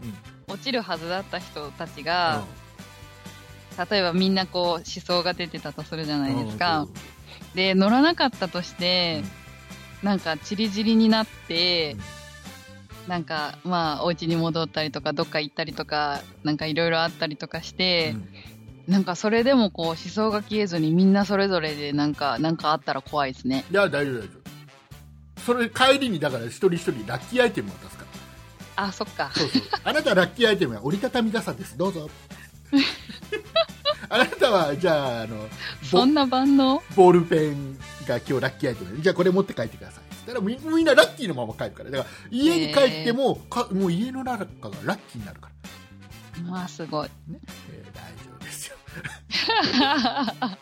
Speaker 1: 落ちるはずだった人たちが、例えばみんなこう思想が出てたとするじゃないです
Speaker 2: う
Speaker 1: か
Speaker 2: ん。
Speaker 1: で、乗らなかったとして、なんかチリチリになって、なんかまあお家に戻ったりとか、どっか行ったりとか、なんかいろいろあったりとかして、なんかそれでもこう思想が消えずにみんなそれぞれでなんか、なんかあったら怖いですね。
Speaker 2: いや大丈夫大丈夫それ帰りにだから一人一人ラッキーアイテムを渡すから
Speaker 1: あ、そっか。
Speaker 2: そうそうあなたラッキーアイテムは折りたたみ傘ですど うぞあなたはじゃああのボ
Speaker 1: そんな万能
Speaker 2: ボールペンが今日ラッキーアイテムでじゃあこれ持って帰ってくださいだからみみんなラッキーのまま帰るからだから家に帰っても,、かもう家の中がラッキーになるから、
Speaker 1: まあすごい。
Speaker 2: えー大丈夫です よ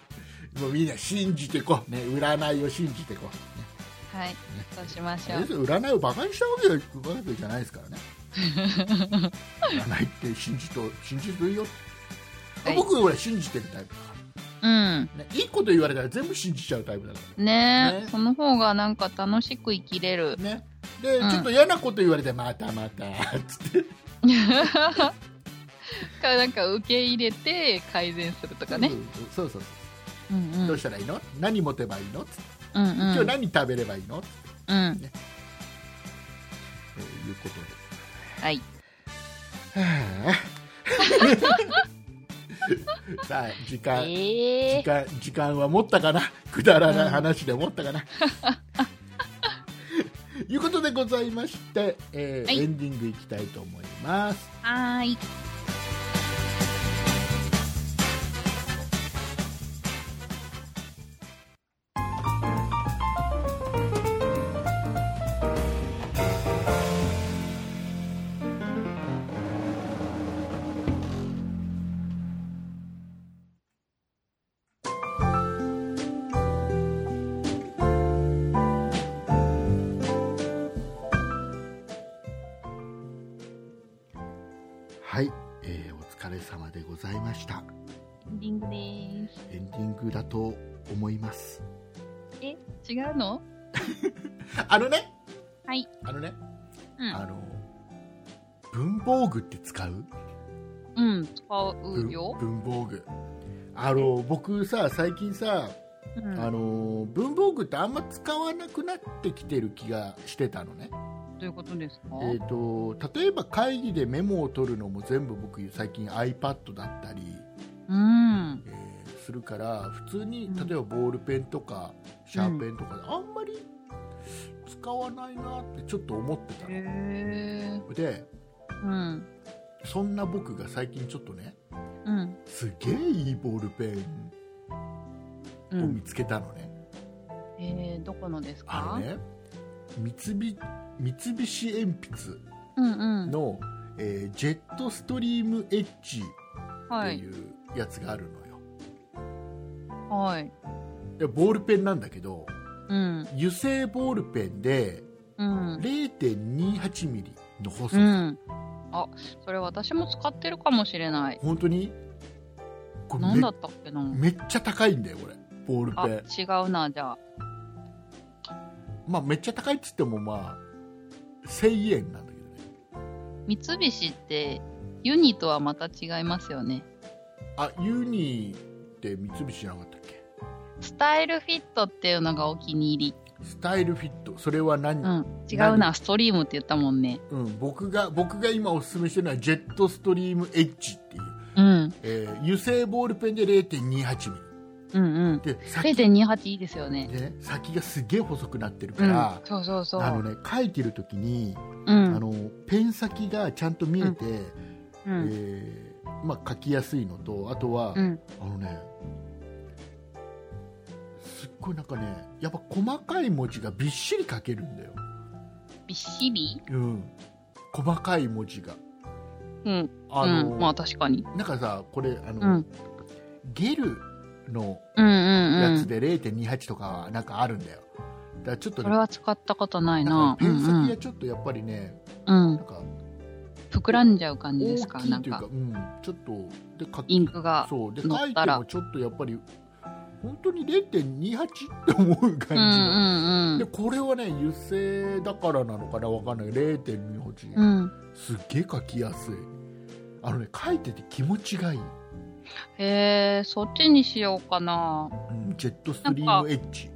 Speaker 2: もうみんな信じてこう、ね、占いを信じてこう
Speaker 1: はい、そうしまし
Speaker 2: あ
Speaker 1: ょ
Speaker 2: れで
Speaker 1: う
Speaker 2: す。よ占いをバカにしたわけじゃわけじゃないですからね 占いって信じと信じるよ、
Speaker 1: はい
Speaker 2: 僕はほら信じてるタイプだか
Speaker 1: うん。
Speaker 2: ら、ね、いいこと言われたら全部信じちゃうタイプだか
Speaker 1: ね
Speaker 2: ね
Speaker 1: え、その方がなんか楽しく生きれる。
Speaker 2: らねで、
Speaker 1: うん
Speaker 2: ちょっと嫌なこと言われてまたまたつって
Speaker 1: か、なんか受け入れて改善するとかね
Speaker 2: う。んそうそうそう
Speaker 1: うんう。
Speaker 2: どうんしたらいいの何持てばいいのつって
Speaker 1: うんう
Speaker 2: 今日
Speaker 1: ん。
Speaker 2: 何食べればいいの、と
Speaker 1: うん。
Speaker 2: いうことで
Speaker 1: はい。
Speaker 2: は あさあ時間、
Speaker 1: ええ。
Speaker 2: 時間時間は持ったか なくだらない話で持ったかな、いうことでございまして、えー
Speaker 1: はい
Speaker 2: エンディングいきたいと思います
Speaker 1: はーい。
Speaker 2: はい、えーお疲れ様でございました
Speaker 1: エンディングです。
Speaker 2: エンディングだと思います
Speaker 1: え、違うの？
Speaker 2: あのね
Speaker 1: はい。
Speaker 2: あのね、
Speaker 1: うん
Speaker 2: あの文房具って使う
Speaker 1: うん。使う
Speaker 2: 文
Speaker 1: よ。
Speaker 2: 文房具あの僕さ最近さ、
Speaker 1: うん。ど
Speaker 2: あの文房具ってあんま使わなくなってきてる気がしてたのね
Speaker 1: ういうことですか？
Speaker 2: えー、と例えば会議でメモを取るのも全部僕最近 iPad だったり、
Speaker 1: うん。
Speaker 2: えーするから普通に
Speaker 1: うん
Speaker 2: 例えばボールペンとかシャーペンとか、あんまり使わないなってちょっと思ってた
Speaker 1: へ
Speaker 2: の、
Speaker 1: え。
Speaker 2: で
Speaker 1: うん。
Speaker 2: そんな僕が最近ちょっとね
Speaker 1: うん。
Speaker 2: すげえいいボールペ
Speaker 1: う
Speaker 2: ンを
Speaker 1: ん
Speaker 2: 見。つけたのね、
Speaker 1: えー、どこのです
Speaker 2: あ
Speaker 1: か？
Speaker 2: のね三菱三菱鉛筆
Speaker 1: うんうん。
Speaker 2: の、えージェットストリームエッジっ
Speaker 1: は
Speaker 2: て
Speaker 1: い
Speaker 2: いうやつがあるのよ、
Speaker 1: はい。
Speaker 2: でボールペンなんだけど
Speaker 1: うん。
Speaker 2: 油性ボールペンで
Speaker 1: うん。
Speaker 2: 0.28ミリの細さ、
Speaker 1: うん。あ、それ私も使ってるかもしれない。
Speaker 2: 本当にこれ
Speaker 1: 何だ
Speaker 2: め
Speaker 1: ったっけな。
Speaker 2: めっちゃ高いんだよこれボール
Speaker 1: あ、
Speaker 2: ペン
Speaker 1: 違うな、じゃあ。
Speaker 2: まあめっちゃ高いっつってもまあ1000円なんだけどね
Speaker 1: 三菱って、ユニとはまた違いますよね。
Speaker 2: あユニって三菱じゃなかったっけ
Speaker 1: スタイルフィットっていうのがお気に入り。
Speaker 2: スタイルフィットそれは何、
Speaker 1: うん。違うな、
Speaker 2: 何
Speaker 1: ストリームって言ったもんね。
Speaker 2: うん僕が僕が今おすすめしてるのはジェットストリームエッジっていう、
Speaker 1: うん。
Speaker 2: えー油性ボールペンで0.28ミ
Speaker 1: うんうん。
Speaker 2: リで先で、
Speaker 1: 0.28いいですよね。
Speaker 2: ね、先がすげえ細くなってる
Speaker 1: う
Speaker 2: か
Speaker 1: ん
Speaker 2: ら、。
Speaker 1: そうそうそ
Speaker 2: あの
Speaker 1: う。
Speaker 2: ね書いてる時に、
Speaker 1: う
Speaker 2: あ
Speaker 1: ん。
Speaker 2: のペン先がちゃんと見えて、
Speaker 1: う
Speaker 2: え
Speaker 1: ん。
Speaker 2: ーまあ、書きやすいのとあとは、
Speaker 1: うん。
Speaker 2: あのねすっごいなんかねやっぱ細かい文字がびっしり書けるんだよ、
Speaker 1: びっしり
Speaker 2: うん、細かい文字が
Speaker 1: うん。
Speaker 2: あの、
Speaker 1: うん。まあ確かに。
Speaker 2: なんかさこれあ
Speaker 1: う
Speaker 2: の、
Speaker 1: ん。
Speaker 2: ゲルの
Speaker 1: うんう
Speaker 2: や
Speaker 1: んう
Speaker 2: つ
Speaker 1: ん。
Speaker 2: で0.28とかはなんかあるんだよだからちょっと
Speaker 1: そ
Speaker 2: ね
Speaker 1: れは使ったことない
Speaker 2: な
Speaker 1: な
Speaker 2: んか。
Speaker 1: う
Speaker 2: ペン先が
Speaker 1: ん
Speaker 2: ちょっとやっぱりね、
Speaker 1: うん。うん
Speaker 2: な。んか
Speaker 1: 膨らんじゃう感じで
Speaker 2: 大
Speaker 1: すか
Speaker 2: きい
Speaker 1: なん
Speaker 2: というか
Speaker 1: か
Speaker 2: うん、ちょっとで書き
Speaker 1: インクが
Speaker 2: そうで
Speaker 1: 乗
Speaker 2: 書い
Speaker 1: った
Speaker 2: て
Speaker 1: ら
Speaker 2: もちょっとやっぱり本当に0.28って思う
Speaker 1: うん
Speaker 2: 感じ
Speaker 1: う
Speaker 2: の、
Speaker 1: ん
Speaker 2: でこれはね油性だからなのかなわかんない0.28、
Speaker 1: うんうん
Speaker 2: すっげえ書きやすいあのね書いてて気持ちがいい
Speaker 1: へえ、そっちにしようかな。
Speaker 2: うんジェットストリームエッジ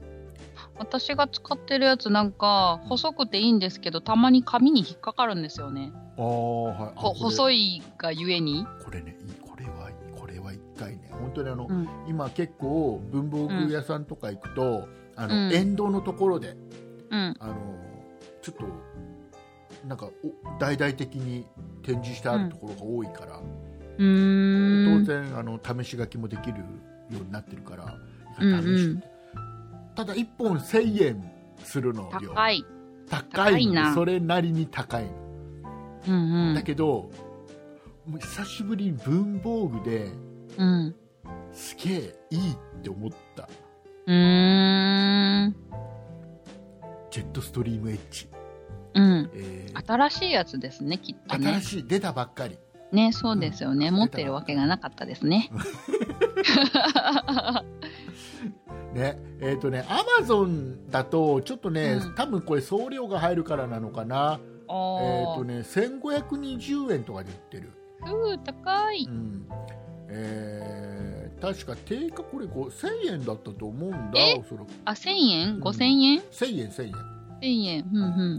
Speaker 1: 私が使ってるやつなんか細くていいんですけどたまに紙に引っかかるんですよね
Speaker 2: ああはいあ
Speaker 1: ほ
Speaker 2: これ
Speaker 1: 細いがゆえに
Speaker 2: これねいいこれはこれは一回ね本当にあの、
Speaker 1: うん
Speaker 2: 今結構文房具屋さんとか行くと、あの
Speaker 1: うん
Speaker 2: 沿道のところで
Speaker 1: うん
Speaker 2: あのちょっとなんかお大々的に展示してあるところが多いから、
Speaker 1: うー
Speaker 2: 当
Speaker 1: ん
Speaker 2: 然あの試し書きもできるようになってるから
Speaker 1: うんうん
Speaker 2: 試してただ1本1000円するのよ
Speaker 1: 高い
Speaker 2: 高い
Speaker 1: 高い
Speaker 2: の
Speaker 1: な
Speaker 2: それなりに高いの
Speaker 1: うんう
Speaker 2: だ
Speaker 1: ん
Speaker 2: けど、もう久しぶりに文房具で
Speaker 1: うん
Speaker 2: すげえいいって思った
Speaker 1: うーん
Speaker 2: ジェットストリームエッジ、
Speaker 1: うん
Speaker 2: えー
Speaker 1: 新しいやつですねきっと
Speaker 2: 新
Speaker 1: ね
Speaker 2: しい出たばっかり
Speaker 1: ねそうですよね、
Speaker 2: うん
Speaker 1: 持ってるわけがなかったですね
Speaker 2: ねえっ、とねアマゾンだとちょっとね、
Speaker 1: うん
Speaker 2: 多分これ送料が入るからなのかなえっ、
Speaker 1: お
Speaker 2: と
Speaker 1: ー、
Speaker 2: ね1520円とかで売ってる
Speaker 1: うー高い
Speaker 2: うんえー確か定価これ5000円だったと思うんだ
Speaker 1: え
Speaker 2: おそらく
Speaker 1: あ1000円
Speaker 2: うん
Speaker 1: 5000円、
Speaker 2: 1000円1000円
Speaker 1: 1000円うんうん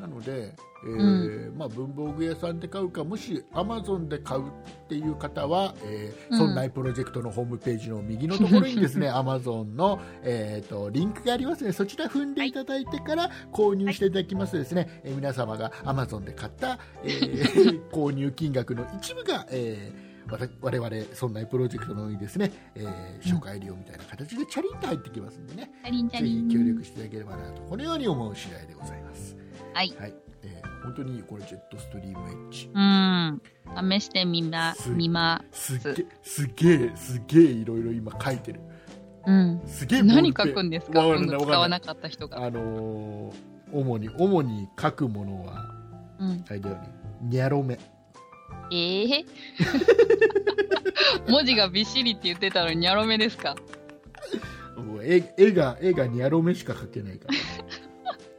Speaker 2: なので、えーまあ、文房具屋さんで買うかもしアマゾンで買うっていう方は、えー
Speaker 1: うん
Speaker 2: そんないプロジェクトのホームページの右のところに ですねアマゾンの、えー、とリンクがありますねそちら踏んでいただいてから購入していただきますとですね、えー皆様がアマゾンで買った、え ー購入金額の一部が、えーわた我々そんないプロジェクトのようにですね、えー
Speaker 1: うん
Speaker 2: 紹介料みたいな形でチャリンと入ってきますんでね、
Speaker 1: チャリンチャ
Speaker 2: ぜ
Speaker 1: リ
Speaker 2: ひ
Speaker 1: ン
Speaker 2: 協力していただければなとこのように思う次第でございます。
Speaker 1: はい
Speaker 2: はい、えー本当にこれジェットストリームエッジ
Speaker 1: うん試してみな
Speaker 2: す
Speaker 1: みます
Speaker 2: っげすげえすげえいろいろ今書いてる
Speaker 1: うん
Speaker 2: すげえボール
Speaker 1: 何
Speaker 2: ペ
Speaker 1: 書
Speaker 2: ン
Speaker 1: くんですか
Speaker 2: わ
Speaker 1: こ
Speaker 2: んな
Speaker 1: の
Speaker 2: いわ
Speaker 1: 使
Speaker 2: か
Speaker 1: わ
Speaker 2: んない
Speaker 1: なかった人が、
Speaker 2: あのー主に主に書くものは
Speaker 1: うん、
Speaker 2: あれだよねニャロメ
Speaker 1: え え文字がびっしりって言ってたのにニャロメですか
Speaker 2: もう絵絵が絵がニャロメしか書けないか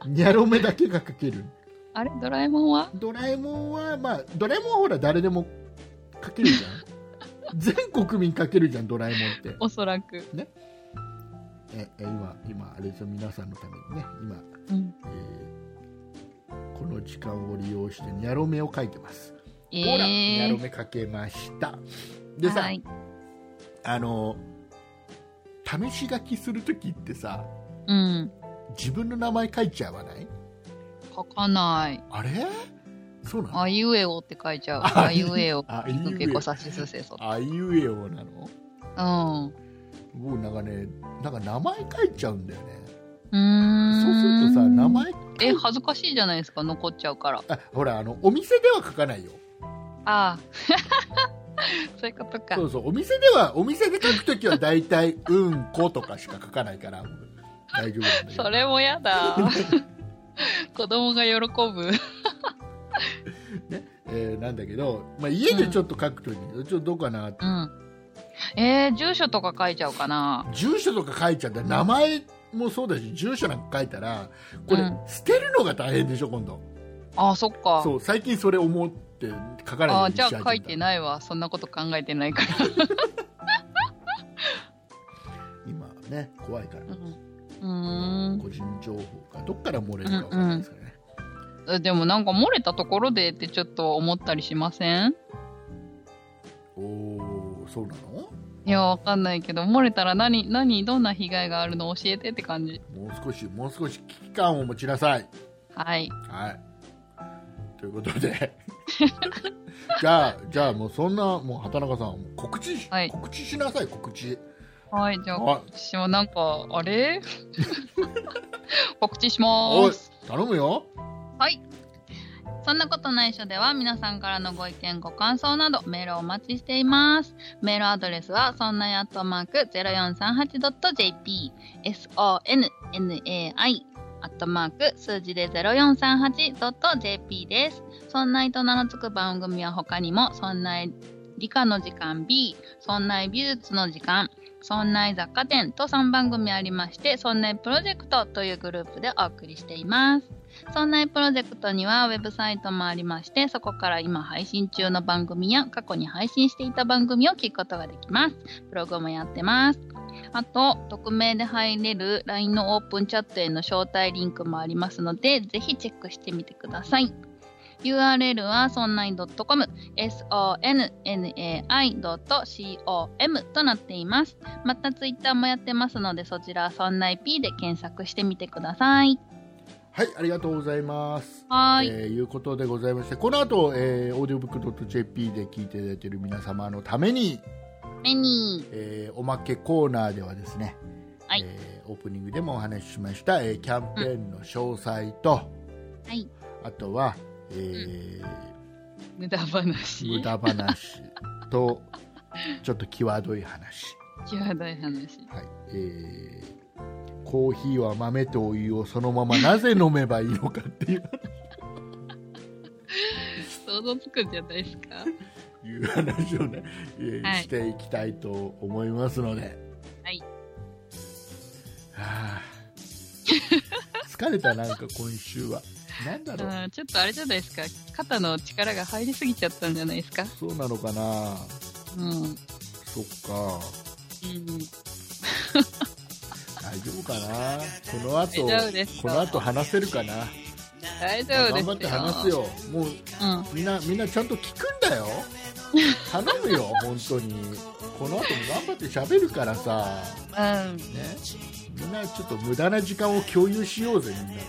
Speaker 2: ら ニャロメだけが書ける
Speaker 1: あれドラえもんは
Speaker 2: ドラえもんはまあドラえもんはほら誰でも書けるじゃ ん全国民書けるじゃんドラえもんって
Speaker 1: おそらく、
Speaker 2: ええ今今あれですよ皆さんのためにね今
Speaker 1: うん、
Speaker 2: えーこの時間を利用してニャロメを描いてます。
Speaker 1: え
Speaker 2: ほら、ニャロ
Speaker 1: え
Speaker 2: メ描けました。でさ、
Speaker 1: はい、
Speaker 2: あの試し書きするときってさ、
Speaker 1: うん
Speaker 2: 自分の名前書いちゃわない？
Speaker 1: 書かない
Speaker 2: あれ？そうなの？
Speaker 1: あいうえおって書いちゃう
Speaker 2: あ
Speaker 1: あいうえお
Speaker 2: あ
Speaker 1: う
Speaker 2: いう
Speaker 1: け
Speaker 2: え
Speaker 1: こ
Speaker 2: お。
Speaker 1: さしすせそ
Speaker 2: あいうえおなの？
Speaker 1: うんう
Speaker 2: 僕なんかね、なんか名前書いちゃうんだよね。そ
Speaker 1: ーん
Speaker 2: うするとさ、名前
Speaker 1: え恥ずかしいじゃないですか残っちゃうから
Speaker 2: あほらあのお店では書かないよ。
Speaker 1: ああ そういうことか
Speaker 2: そううそうお店ではお店で書くときは大体「うんこ」とかしか書かないから大丈夫なんだけど
Speaker 1: それもやだ 子供が喜ぶ
Speaker 2: えーなんだけど、まあ、家でちょっと書くときに、ちょっとどうかなって
Speaker 1: うんえー、住所とか書いちゃうかな
Speaker 2: 住所とか書いちゃったら名前もそうだし住所なんか書いたらこれ、
Speaker 1: うん
Speaker 2: 捨てるのが大変でしょ今度
Speaker 1: あそっか
Speaker 2: そう最近それ思って書かない
Speaker 1: あ
Speaker 2: よ
Speaker 1: ー
Speaker 2: うにし
Speaker 1: じゃあ
Speaker 2: 始めた
Speaker 1: 書いてないわそんなこと考えてないから、
Speaker 2: 今はね怖いから、
Speaker 1: うん、う
Speaker 2: 個人情報がどっから漏れるか分かんないですからね、
Speaker 1: ーんでもなんか漏れたところでってちょっと思ったりしません
Speaker 2: おおそうなの
Speaker 1: いやわかんないけど漏れたら何何どんな被害があるの教えてって感じ
Speaker 2: もう少しもう少し危機感を持ちなさい
Speaker 1: はい
Speaker 2: はい。ということで。 じゃあ、じゃあもうそんな、もう畑中さん、もう告知し、
Speaker 1: はい
Speaker 2: 告知しなさい、告知。
Speaker 1: はいじゃあ
Speaker 2: は
Speaker 1: 私はなんかあれ 告知します
Speaker 2: い、頼むよ。
Speaker 1: はい。そんなことないっしょでは皆さんからのご意見、ご感想などメールをお待ちしています。メールアドレスはそんなやっとマーク 0438.jp sonnai アットマーク数字で 0438.jp です。そんないと名の付く番組は他にもそんない理科の時間 B、そんない美術の時間、そんない雑貨店と3番組ありまして、そんないプロジェクトというグループでお送りしています。そんなプロジェクトにはウェブサイトもありまして、そこから今配信中の番組や過去に配信していた番組を聞くことができます。ブログもやってます。あと、匿名で入れる LINE のオープンチャットへの招待リンクもありますので、ぜひチェックしてみてください。URL は sonnai.com、sonnai.com となっています。また Twitter もやってますので、そちらは sonnaip で検索してみてください。
Speaker 2: はい、ありがとうございます。
Speaker 1: はーい。
Speaker 2: えーいうことでございまして、この後、えー、audiobook.jp で聞いていただいている皆様のために、
Speaker 1: メニー。
Speaker 2: えーおまけコーナーではですね、
Speaker 1: はい
Speaker 2: えーオープニングでもお話ししました、えーキャンペーンの詳細と、
Speaker 1: はい。
Speaker 2: あとは、えー
Speaker 1: 無駄話。
Speaker 2: 無駄話とちょっと際どい話、
Speaker 1: 際どい話。
Speaker 2: はいえーコーヒーは豆とお湯をそのままなぜ飲めばいいのかっていう
Speaker 1: 想像つくんじゃないですか。
Speaker 2: いう話をね、えー
Speaker 1: はい
Speaker 2: していきたいと思いますので。
Speaker 1: はい
Speaker 2: はあ疲れたなんか今週は。なんだろう。
Speaker 1: うんちょっとあれじゃないですか。肩の力が入りすぎちゃったんじゃないですか。
Speaker 2: そうなのかな。
Speaker 1: うん。
Speaker 2: そっか。大丈夫かな。この後
Speaker 1: 大丈夫です
Speaker 2: この後話せるかな。
Speaker 1: 大丈夫ですよ。
Speaker 2: 頑張って話すよ。
Speaker 1: う
Speaker 2: もう
Speaker 1: ん。
Speaker 2: みんなみんなちゃんと聞く んだよ。頼むよ本当に。この後も頑張って喋るからさ。
Speaker 1: うん。
Speaker 2: ね、みんなちょっと無駄な時間を共有しようぜみんなでね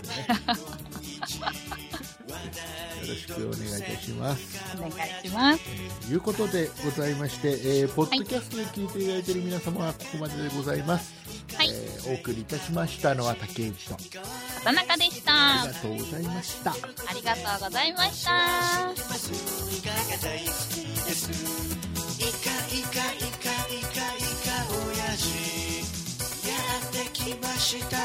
Speaker 2: よろしくお願いいたします。
Speaker 1: お願いします。
Speaker 2: ということでございまして、えーポッドキャストで聞いていただいている皆様はここまででございます、
Speaker 1: はい
Speaker 2: えーお送りいたしましたのは竹内と
Speaker 1: 畑中でした。あ
Speaker 2: ありがとうございました。
Speaker 1: りがとうございました。
Speaker 3: イカイカイカイカイカ親父やってきました